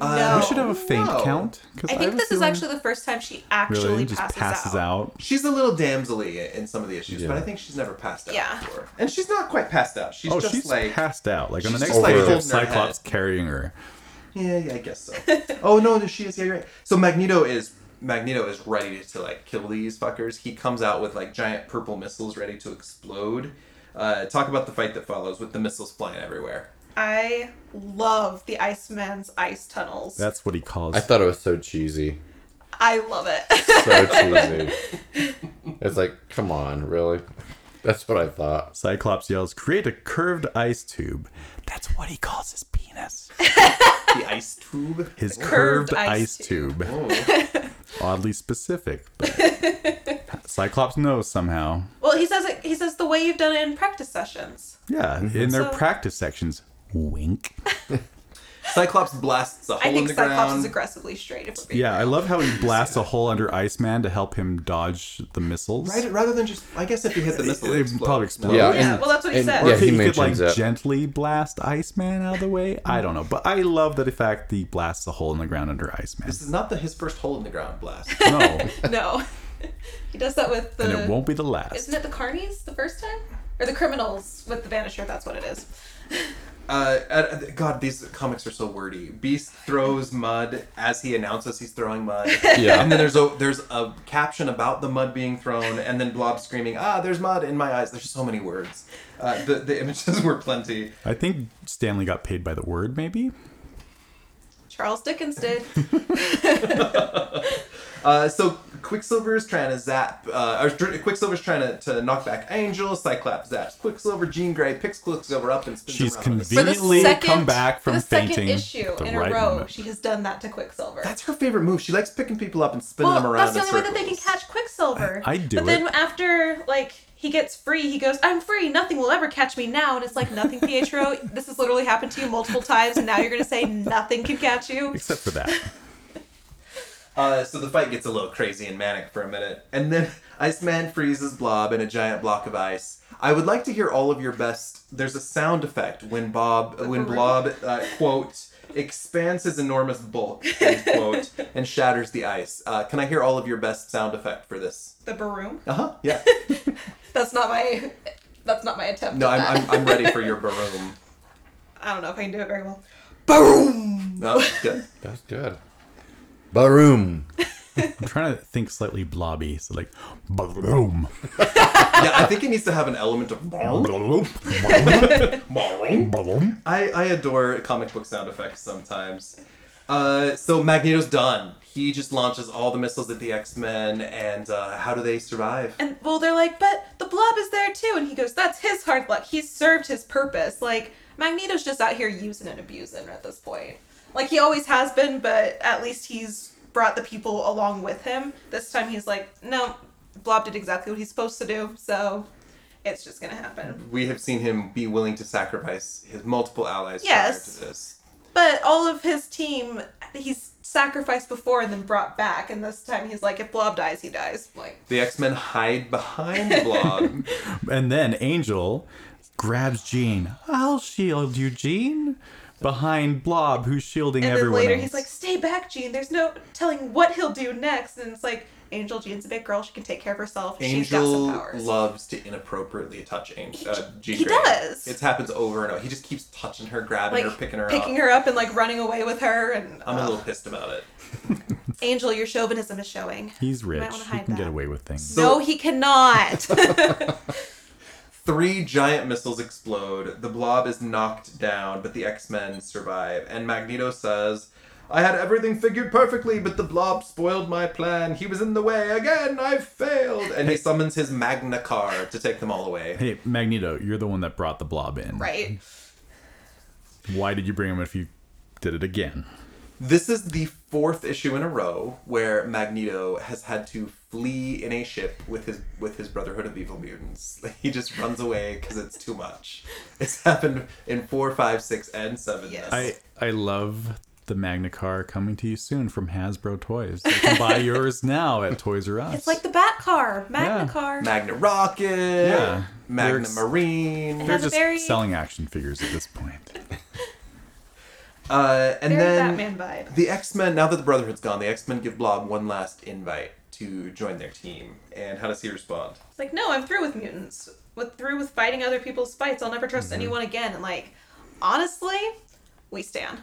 Speaker 2: no.
Speaker 4: We should have a faint
Speaker 1: Oh, No.
Speaker 4: count. 'cause
Speaker 2: I think
Speaker 4: have a
Speaker 2: this is
Speaker 4: feeling-
Speaker 2: actually the first time she actually
Speaker 4: really just
Speaker 2: passes,
Speaker 4: passes,
Speaker 2: out.
Speaker 4: out.
Speaker 1: She's a little damselly in some of the issues, but
Speaker 3: Yeah.
Speaker 1: I think she's never passed out
Speaker 2: Yeah.
Speaker 1: before. And she's not quite passed out. She's
Speaker 4: Oh,
Speaker 1: just
Speaker 4: she's
Speaker 1: like
Speaker 4: passed out. Like on the
Speaker 1: she's
Speaker 4: next
Speaker 1: just, like,
Speaker 4: page,
Speaker 1: holding her
Speaker 4: Cyclops
Speaker 1: head.
Speaker 4: carrying her.
Speaker 1: yeah, yeah, I guess so. oh no, no, she is. Yeah, you're right. So Magneto is Magneto is ready to like kill these fuckers. He comes out with like giant purple missiles ready to explode. Uh, talk about the fight that follows with the missiles flying everywhere.
Speaker 2: I love the Iceman's ice tunnels.
Speaker 4: That's what he calls.
Speaker 3: I thought it was so cheesy.
Speaker 2: I love it. <laughs>
Speaker 3: So cheesy.
Speaker 1: <laughs>
Speaker 3: It's like, come on, really? That's what I thought.
Speaker 4: Cyclops yells, "Create a curved ice tube." That's what he calls his penis.
Speaker 2: <laughs>
Speaker 1: The ice tube.
Speaker 4: His curved,
Speaker 2: Curved
Speaker 4: ice,
Speaker 2: ice
Speaker 4: tube.
Speaker 1: Oh.
Speaker 4: Oddly specific, but Cyclops knows somehow.
Speaker 2: well, he says it, he says the way you've done it in practice sessions.
Speaker 4: Yeah,
Speaker 3: Mhm.
Speaker 4: in their
Speaker 2: So-
Speaker 4: practice sections. Wink.
Speaker 1: Cyclops blasts a hole
Speaker 2: I
Speaker 1: in
Speaker 2: think
Speaker 1: the
Speaker 2: Cyclops
Speaker 1: ground.
Speaker 2: is aggressively straight. If we're being
Speaker 4: Yeah, I
Speaker 2: real.
Speaker 4: love how he blasts a hole under Iceman to help him dodge the missiles.
Speaker 1: Right, rather than just, I guess if you hit the missile,
Speaker 4: It
Speaker 1: it explodes.
Speaker 4: probably explodes.
Speaker 2: Yeah, well, that's what he said.
Speaker 3: Oh, Yeah,
Speaker 4: Or if
Speaker 3: he
Speaker 4: he could like
Speaker 3: mentions it.
Speaker 4: gently blast Iceman out of the way. I don't know, but I love that the fact that he blasts a hole in the ground under Iceman.
Speaker 1: This is not the his first hole in the ground blast.
Speaker 4: No,
Speaker 2: no, <laughs> he does that with the.
Speaker 4: and it won't be the last.
Speaker 2: Isn't it the carnies the first time, or the criminals with the Vanisher? That's what it is.
Speaker 1: Uh, uh, God, these comics are so wordy. Beast throws mud as he announces he's throwing mud.
Speaker 3: Yeah.
Speaker 1: And then there's a there's a caption about the mud being thrown, and then Blob screaming, "Ah, there's mud in my eyes." There's so many words. Uh, the the images <laughs> were plenty.
Speaker 4: I think Stanley got paid by the word, maybe.
Speaker 2: Charles Dickens did.
Speaker 1: Uh, so Quicksilver's trying to zap, uh, or Dr- Quicksilver's trying to, to knock back Angel. Cyclops zaps Quicksilver. Jean Grey picks Quicksilver up and spins
Speaker 4: She's
Speaker 1: him around. on the-
Speaker 2: For the
Speaker 4: Conveniently
Speaker 2: second,
Speaker 4: come back from
Speaker 2: for the
Speaker 4: fainting
Speaker 2: second issue
Speaker 4: at the
Speaker 2: in
Speaker 4: right
Speaker 2: a row,
Speaker 4: moment.
Speaker 2: she has done that to Quicksilver.
Speaker 1: That's her favorite move. She likes picking people up and spinning
Speaker 2: well,
Speaker 1: them around.
Speaker 2: that's the
Speaker 1: in
Speaker 2: only way that they
Speaker 1: circles.
Speaker 2: can catch Quicksilver.
Speaker 4: I- I do
Speaker 2: But then after like he gets free, he goes, "I'm free. Nothing will ever catch me now." And it's like, "Nothing,
Speaker 4: <laughs>
Speaker 2: Pietro. this has literally happened to you multiple times, and now you're gonna say nothing can catch
Speaker 4: <laughs>
Speaker 2: you."
Speaker 4: Except for that.
Speaker 1: Uh, so the fight gets a little crazy and manic for a minute, and then <laughs> Iceman freezes Blob in a giant block of ice. I would like to hear all of your best. There's a sound effect when Bob, when Blob, uh, quote, expands his enormous bulk, end quote, and shatters the ice. Uh, can I hear all of your best sound effect for this?
Speaker 2: The baroom.
Speaker 1: Uh huh. Yeah.
Speaker 2: That's not my. That's not my
Speaker 1: <laughs>
Speaker 2: attempt.
Speaker 1: No,
Speaker 2: at
Speaker 1: I'm,
Speaker 2: that.
Speaker 1: I'm, I'm ready for your baroom.
Speaker 2: I don't know if I can do it very well.
Speaker 1: No, Oh, good.
Speaker 3: That's good. Baroom.
Speaker 4: I'm trying to think slightly blobby, so like, boom.
Speaker 1: Yeah, I think it needs to have an element of. I, I adore comic book sound effects sometimes. Uh, so Magneto's done. He just launches all the missiles at the X Men, and uh, how do they survive?
Speaker 2: And well, they're like, but the blob is there too. And he goes, that's his hard luck. He's served his purpose. Like, Magneto's just out here using and abusing at this point. Like, he always has been, but at least he's brought the people along with him. This time he's like, no, blob did exactly what he's supposed to do. So it's just going to happen.
Speaker 1: We have seen him be willing to sacrifice his multiple allies
Speaker 2: Yes.
Speaker 1: prior to this.
Speaker 2: But all of his team, he's sacrificed before and then brought back. And this time he's like, if blob dies, he dies. Like,
Speaker 1: The X Men hide behind
Speaker 2: <laughs>
Speaker 1: Blob.
Speaker 4: And then Angel grabs Jean. I'll shield you, Jean. Behind Blob, who's shielding
Speaker 2: And then
Speaker 4: everyone
Speaker 2: later
Speaker 4: else.
Speaker 2: he's like, "Stay back, Jean. There's no telling what he'll do next." And it's like, Angel Jean's a big girl. She can take care of herself. She's got some
Speaker 1: Angel
Speaker 2: powers.
Speaker 1: loves to inappropriately touch Angel. Uh, Jean
Speaker 2: he
Speaker 1: Grey.
Speaker 2: does.
Speaker 1: It happens over and over. He just keeps touching her, grabbing
Speaker 2: like
Speaker 1: her, picking her up.
Speaker 2: and like running away with her. And
Speaker 1: I'm
Speaker 2: uh,
Speaker 1: a little pissed about it.
Speaker 2: Angel, your chauvinism is showing.
Speaker 4: He's
Speaker 2: might
Speaker 4: rich.
Speaker 2: wanna
Speaker 4: He
Speaker 2: hide
Speaker 4: can get
Speaker 2: that.
Speaker 4: away with things.
Speaker 1: So-
Speaker 2: no,
Speaker 1: <laughs>
Speaker 2: he cannot.
Speaker 1: Three giant missiles explode. The blob is knocked down, but the X Men survive. And Magneto says, I had everything figured perfectly, but the blob spoiled my plan. He was in the way. Again, I failed. And he summons his Magna Car to take them all away.
Speaker 4: Hey, Magneto, you're the one that brought the Blob in.
Speaker 2: right?
Speaker 4: Why did you bring him if you did it again?
Speaker 1: This is the fourth issue in a row where Magneto has had to flee in a ship with his with his Brotherhood of Evil Mutants. <laughs> He just runs away because it's too much. It's happened in four, five, six, and seven.
Speaker 2: Yes.
Speaker 1: now.
Speaker 4: I I love the Magna Car coming to you soon from Hasbro Toys. You
Speaker 2: <laughs>
Speaker 4: can buy yours now at Toys R Us.
Speaker 2: It's like the Bat Car, Magna
Speaker 4: Yeah.
Speaker 2: Car.
Speaker 1: Magna Rocket,
Speaker 4: Yeah.
Speaker 1: Magna
Speaker 4: Lyrics.
Speaker 1: Marine,
Speaker 4: they're
Speaker 2: has a
Speaker 4: just
Speaker 2: very-
Speaker 4: selling action figures at this point.
Speaker 1: uh, and
Speaker 2: Very
Speaker 1: then
Speaker 2: Batman vibe.
Speaker 1: the X Men. Now that the Brotherhood's gone, the X Men give Blob one last invite to join their team. And how does he respond?
Speaker 2: It's like, no, I'm through with mutants. With through with fighting other people's fights. I'll never trust
Speaker 1: Mm-hmm.
Speaker 2: anyone again. And like, honestly, we stand.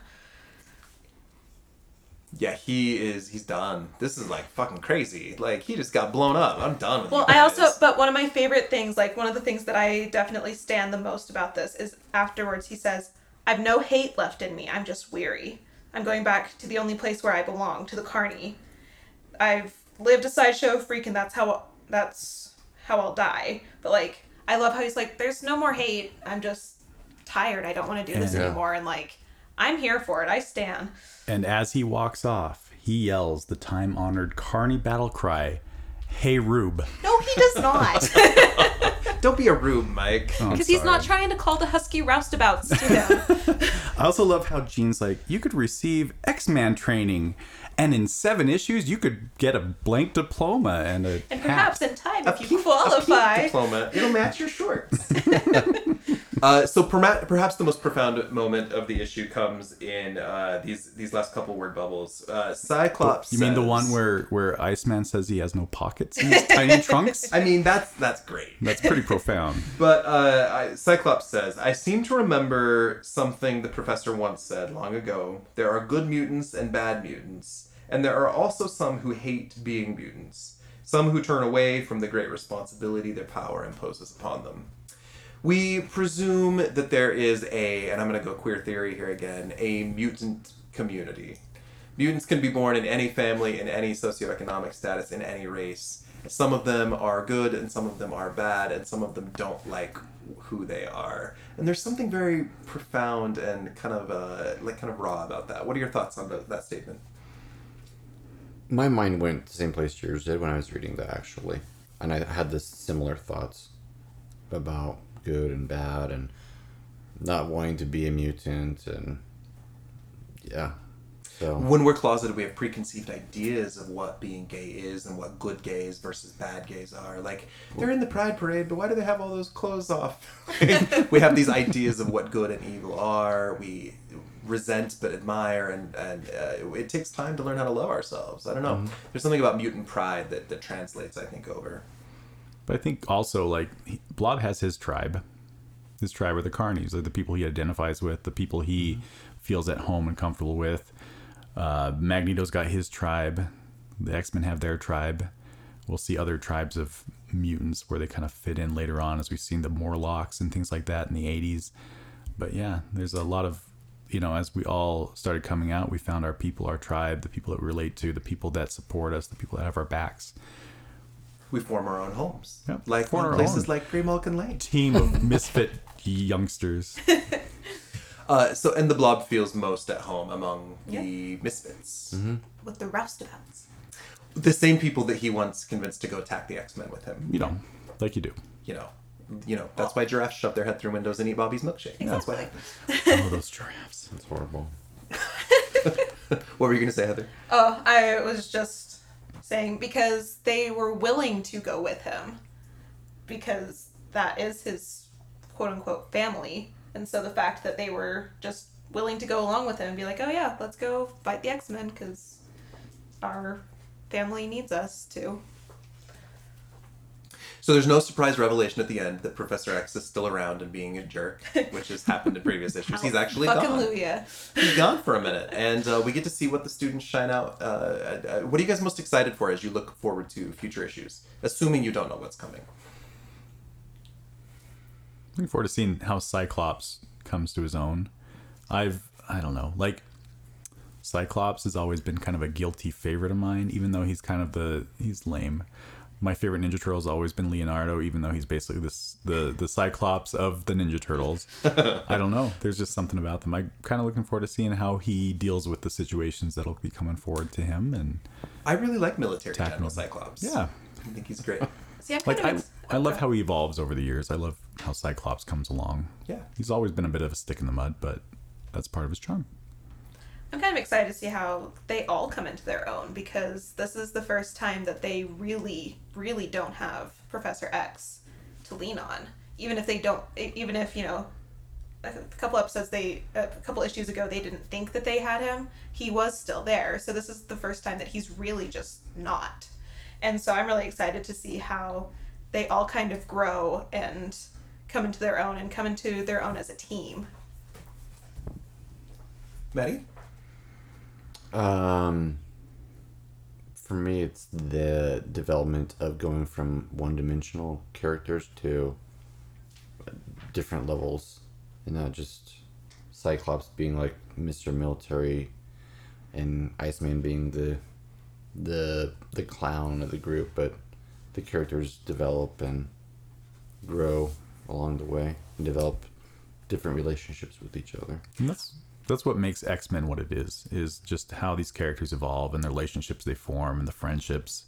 Speaker 1: Yeah, he is. He's done. This is like fucking crazy. Like he just got blown up. I'm done with.
Speaker 2: Well,
Speaker 1: you
Speaker 2: I also,
Speaker 1: guys.
Speaker 2: but one of my favorite things, like one of the things that I definitely stand the most about this is afterwards he says, I've no hate left in me. I'm just weary. I'm going back to the only place where I belong, to the carny. I've lived a sideshow freak, and that's how that's how I'll die. But like, I love how he's like, "There's no more hate. I'm just tired. I don't want to do this
Speaker 4: Yeah.
Speaker 2: anymore." And like, I'm here for it. I stand.
Speaker 4: <laughs> And as he walks off, he yells the time honored Carney battle cry, Hey Rube.
Speaker 2: No, he does not. <laughs>
Speaker 1: Don't be a rube, Mike.
Speaker 4: Oh.
Speaker 2: Because he's not trying to call the Husky roustabouts to them.
Speaker 4: I also love how Gene's like, you could receive X Man training, and in seven issues, you could get a blank diploma and a.
Speaker 2: and perhaps in time, if you
Speaker 1: pink
Speaker 2: qualify.
Speaker 1: diploma. It'll match your
Speaker 2: <laughs>
Speaker 1: shorts. <laughs> uh, so perma- perhaps the most profound moment of the issue comes in uh, these these last couple word bubbles. Uh, Cyclops.
Speaker 4: You mean the
Speaker 1: says-
Speaker 4: one where, where Iceman says he has no pockets in his tiny
Speaker 2: <laughs>
Speaker 4: trunks?
Speaker 1: I mean that's that's great.
Speaker 4: That's pretty profound.
Speaker 1: But uh, I, Cyclops says, I seem to remember something the professor once said long ago. There are good mutants and bad mutants, and there are also some who hate being mutants, some who turn away from the great responsibility their power imposes upon them. We presume that there is a, and I'm going to go queer theory here again, a mutant community. Mutants can be born in any family, in any socioeconomic status, in any race. Some of them are good and some of them are bad, and some of them don't like who they are. And there's something very profound and kind of uh, like kind of raw about that. What are your thoughts on that that statement?
Speaker 3: My mind went the same place yours did when I was reading that, actually. And I had this similar thoughts about good and bad and not wanting to be a mutant and yeah. So
Speaker 1: When we're closeted, we have preconceived ideas of what being gay is and what good gays versus bad gays are. Like, they're in the pride parade, but why do they have all those clothes off? <laughs> we have these ideas of what good and evil are. We resent but admire, and, and uh, it takes time to learn how to love ourselves. I don't know.
Speaker 4: Mm-hmm.
Speaker 1: There's something about mutant pride that, that translates, I think, over.
Speaker 4: But I think also, like, he- Blob has his tribe. His tribe are the Carnies, like the people he identifies with, the people he feels at home and comfortable with. Uh, Magneto's got his tribe. The X Men have their tribe. We'll see other tribes of mutants where they kind of fit in later on, as we've seen the Morlocks and things like that in the 80s. But yeah, there's a lot of, you know, as we all started coming out, we found our people, our tribe, the people that we relate to, the people that support us, the people that have our backs.
Speaker 1: We form our own homes.
Speaker 4: Yep.
Speaker 1: Like,
Speaker 4: Form
Speaker 1: in
Speaker 4: our
Speaker 1: places
Speaker 4: own.
Speaker 1: like Grey Malkin Lane.
Speaker 4: Team of misfit youngsters.
Speaker 1: Uh, so, and the blob feels most at home among the
Speaker 2: Yeah.
Speaker 1: misfits.
Speaker 4: Mm-hmm.
Speaker 2: With the roustabouts.
Speaker 1: the same people that he once convinced to go attack the X Men with him.
Speaker 4: you know, like you do.
Speaker 1: You know, you know that's why giraffes shove their head through windows and eat Bobby's milkshake. That's what
Speaker 2: Exactly.
Speaker 1: happens.
Speaker 4: Oh, those giraffes.
Speaker 3: it's horrible.
Speaker 1: What were you gonna say, Heather?
Speaker 2: Oh, I was just saying because they were willing to go with him because that is his quote unquote family. And so the fact that they were just willing to go along with him and be like, oh yeah, let's go fight the X Men because our family needs us to.
Speaker 1: So there's no surprise revelation at the end that Professor X is still around and being a jerk, which has happened in previous issues.
Speaker 2: <laughs>
Speaker 1: He's actually
Speaker 2: Oh, Fucking
Speaker 1: gone.
Speaker 2: Luya.
Speaker 1: He's gone for a minute, and uh, we get to see what the students shine out. Uh, uh, what are you guys most excited for as you look forward to future issues, assuming you don't know what's coming?
Speaker 4: Looking forward to seeing how Cyclops comes to his own. I've, I don't know, like Cyclops has always been kind of a guilty favorite of mine, even though he's kind of the he's lame. My favorite Ninja Turtle's always been Leonardo, even though he's basically this the the Cyclops of the Ninja Turtles. I don't know. There's just something about them. I'm kind of looking forward to seeing how he deals with the situations that'll be coming forward to him. And
Speaker 1: I really like military
Speaker 4: Attack
Speaker 1: general
Speaker 4: him.
Speaker 1: Cyclops.
Speaker 4: yeah,
Speaker 1: I think he's great.
Speaker 2: See, I'm kind
Speaker 4: like
Speaker 2: of
Speaker 4: I,
Speaker 2: ex-
Speaker 4: I love how he evolves over the years. I love how Cyclops comes along.
Speaker 1: Yeah.
Speaker 4: he's always been a bit of a stick in the mud, but that's part of his charm.
Speaker 2: I'm kind of excited to see how they all come into their own because this is the first time that they really, really don't have Professor X to lean on. Even if they don't, e- even if, you know, a couple episodes they, a couple issues ago, they didn't think that they had him, he was still there. So this is the first time that he's really just not. And so I'm really excited to see how they all kind of grow and come into their own and come into their own as a team.
Speaker 1: Maddie,
Speaker 3: Um, for me, it's the development of going from one-dimensional characters to different levels, and not just Cyclops being like Mr. Military, and Iceman being the the the clown of the group, but the characters develop and grow along the way and develop different relationships with each other.
Speaker 4: And that's that's what makes X Men what it is. Is just how these characters evolve and the relationships they form and the friendships,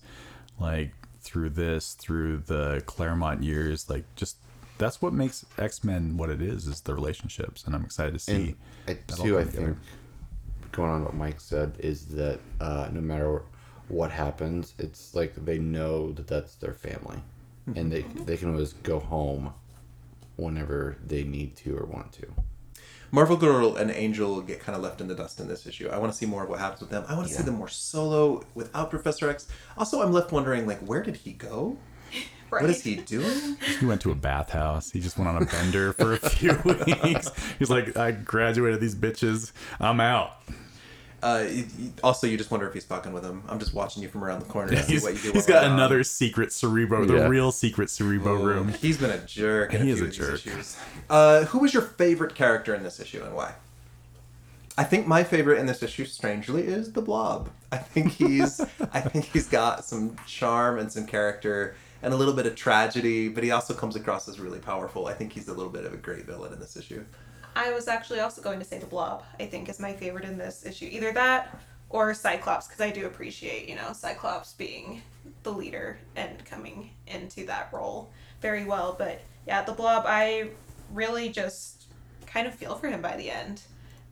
Speaker 4: like through this, through the Claremont years, like just that's what makes X Men what it is. Is the relationships, and I'm excited to see.
Speaker 3: And I,
Speaker 4: all
Speaker 3: too, I
Speaker 4: come together.
Speaker 3: think going on what Mike said is that uh, no matter what happens, it's like they know that that's their family,
Speaker 4: Mm-hmm.
Speaker 3: and they they can always go home whenever they need to or want to.
Speaker 1: Marvel Girl and Angel get kind of left in the dust in this issue. I want to see more of what happens with them. I want to see them more solo without Professor X. Also, I'm left wondering, like, where did he go?
Speaker 2: Right.
Speaker 1: What is he doing?
Speaker 4: He went to a bathhouse. He just went on a bender for a few <laughs> weeks. He's like, I graduated these bitches. I'm out.
Speaker 1: Uh, y- y- also, you just wonder if he's fucking with him. I'm just watching you from around the corner
Speaker 4: <laughs>
Speaker 1: to see
Speaker 4: He's,
Speaker 1: what you do.
Speaker 4: he's
Speaker 1: while
Speaker 4: got
Speaker 1: we're gone.
Speaker 4: another secret cerebro, the
Speaker 3: Yeah.
Speaker 4: real secret cerebro room.
Speaker 1: He's been a jerk. In
Speaker 4: He
Speaker 1: a
Speaker 4: is
Speaker 1: few
Speaker 4: a
Speaker 1: of these
Speaker 4: jerk.
Speaker 1: Issues. Uh, who was your favorite character in this issue and why? I think my favorite in this issue, strangely, is the Blob. I think
Speaker 4: <laughs>
Speaker 1: he's, I think he's got some charm and some character and a little bit of tragedy, but he also comes across as really powerful. I think he's a little bit of a great villain in this issue.
Speaker 2: I was actually also going to say the Blob. I think is my favorite in this issue. Either that or Cyclops, because I do appreciate you know Cyclops being the leader and coming into that role very well. But yeah, the Blob, I really just kind of feel for him by the end,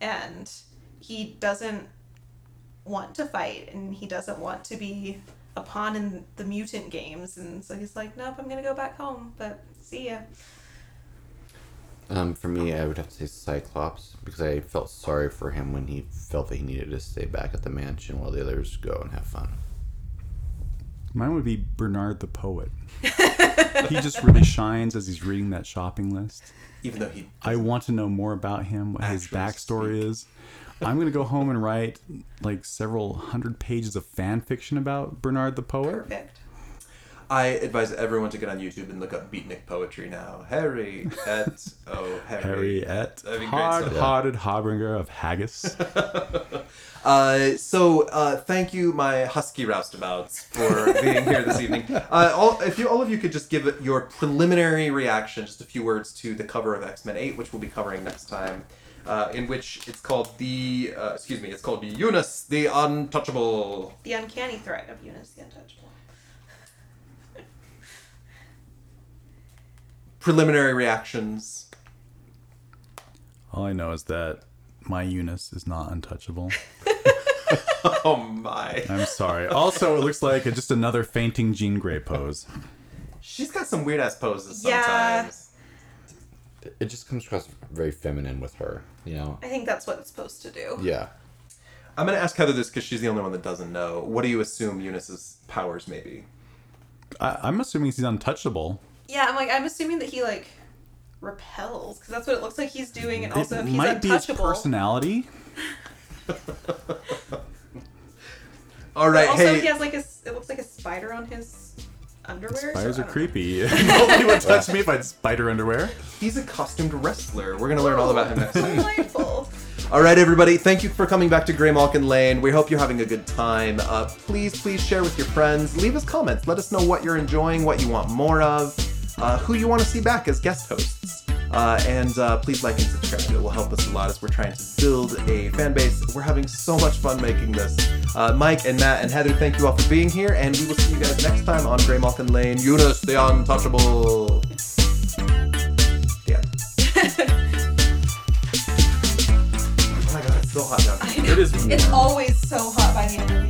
Speaker 2: and he doesn't want to fight and he doesn't want to be a pawn in the mutant games and so he's like nope i'm gonna go back home but see ya
Speaker 3: Um, for me, I would have to say Cyclops because I felt sorry for him when he felt that he needed to stay back at the mansion while the others go and have fun.
Speaker 4: Mine would be Bernard
Speaker 1: <laughs>
Speaker 4: the Poet. he just really shines as he's reading that shopping list.
Speaker 1: Even though he,
Speaker 4: I want to know more about him, what his
Speaker 1: Actually
Speaker 4: backstory is. I'm going to go home and write like several hundred pages of fan fiction about Bernard the Poet.
Speaker 2: perfect
Speaker 1: I advise everyone to get on YouTube and look up Beatnik poetry now. Harry et oh Harry.
Speaker 4: Harriet,
Speaker 1: That'd be great
Speaker 4: hard
Speaker 1: stuff.
Speaker 4: hearted harbinger
Speaker 1: <laughs>
Speaker 4: of haggis.
Speaker 1: Uh, so uh, thank you, my husky roustabouts, for being here this evening. Uh, all, if you all of you could just give your preliminary reaction, just a few words to the cover of X Men Eight, which we'll be covering next time, uh, in which it's called the uh, excuse me, it's called Eunice the Untouchable.
Speaker 2: the uncanny threat of Eunice the Untouchable.
Speaker 1: Preliminary reactions. <laughs>
Speaker 4: All I know is that my Eunice is not untouchable.
Speaker 1: Oh my,
Speaker 4: I'm sorry. Also, it looks like just another fainting Jean Grey pose.
Speaker 1: she's got some weird ass poses
Speaker 2: Yeah.
Speaker 1: sometimes.
Speaker 3: It just comes across very feminine with her, you know.
Speaker 2: I think that's what it's supposed to do.
Speaker 3: Yeah,
Speaker 1: I'm gonna ask Heather this because she's the only one that doesn't know. What do you assume Eunice's powers may be?
Speaker 4: I, I'm assuming he's untouchable.
Speaker 2: Yeah, I'm like, I'm assuming that he like repels because that's what it looks like he's doing, and also
Speaker 4: it
Speaker 2: if he's
Speaker 4: might be his
Speaker 2: untouchable.
Speaker 4: personality.
Speaker 1: All right,
Speaker 2: also,
Speaker 1: hey.
Speaker 2: he has like a s- it looks like a spider on his underwear. so
Speaker 4: Spiders
Speaker 2: I
Speaker 4: are
Speaker 2: don't
Speaker 4: creepy. <laughs> Nobody would touch me if I had spider underwear.
Speaker 1: He's a costumed wrestler. We're gonna learn all about him next
Speaker 2: know.
Speaker 1: week.
Speaker 2: Delightful.
Speaker 1: All right, everybody. Thank you for coming back to Grey Malkin Lane. We hope you're having a good time. Uh, please, please share with your friends. Leave us comments. Let us know what you're enjoying, what you want more of, uh, who you want to see back as guest hosts. Uh, and uh, please like and subscribe. It will help us a lot as we're trying to build a fan base. We're having so much fun making this. Uh, Mike and Matt and Heather, thank you all for being here, and we will see you guys next time on Grey Malkin Lane. Eunice, the untouchable. Yeah. Oh my god, it's so hot down here.
Speaker 4: It is
Speaker 2: It's
Speaker 4: warm.
Speaker 2: always so hot by the end of the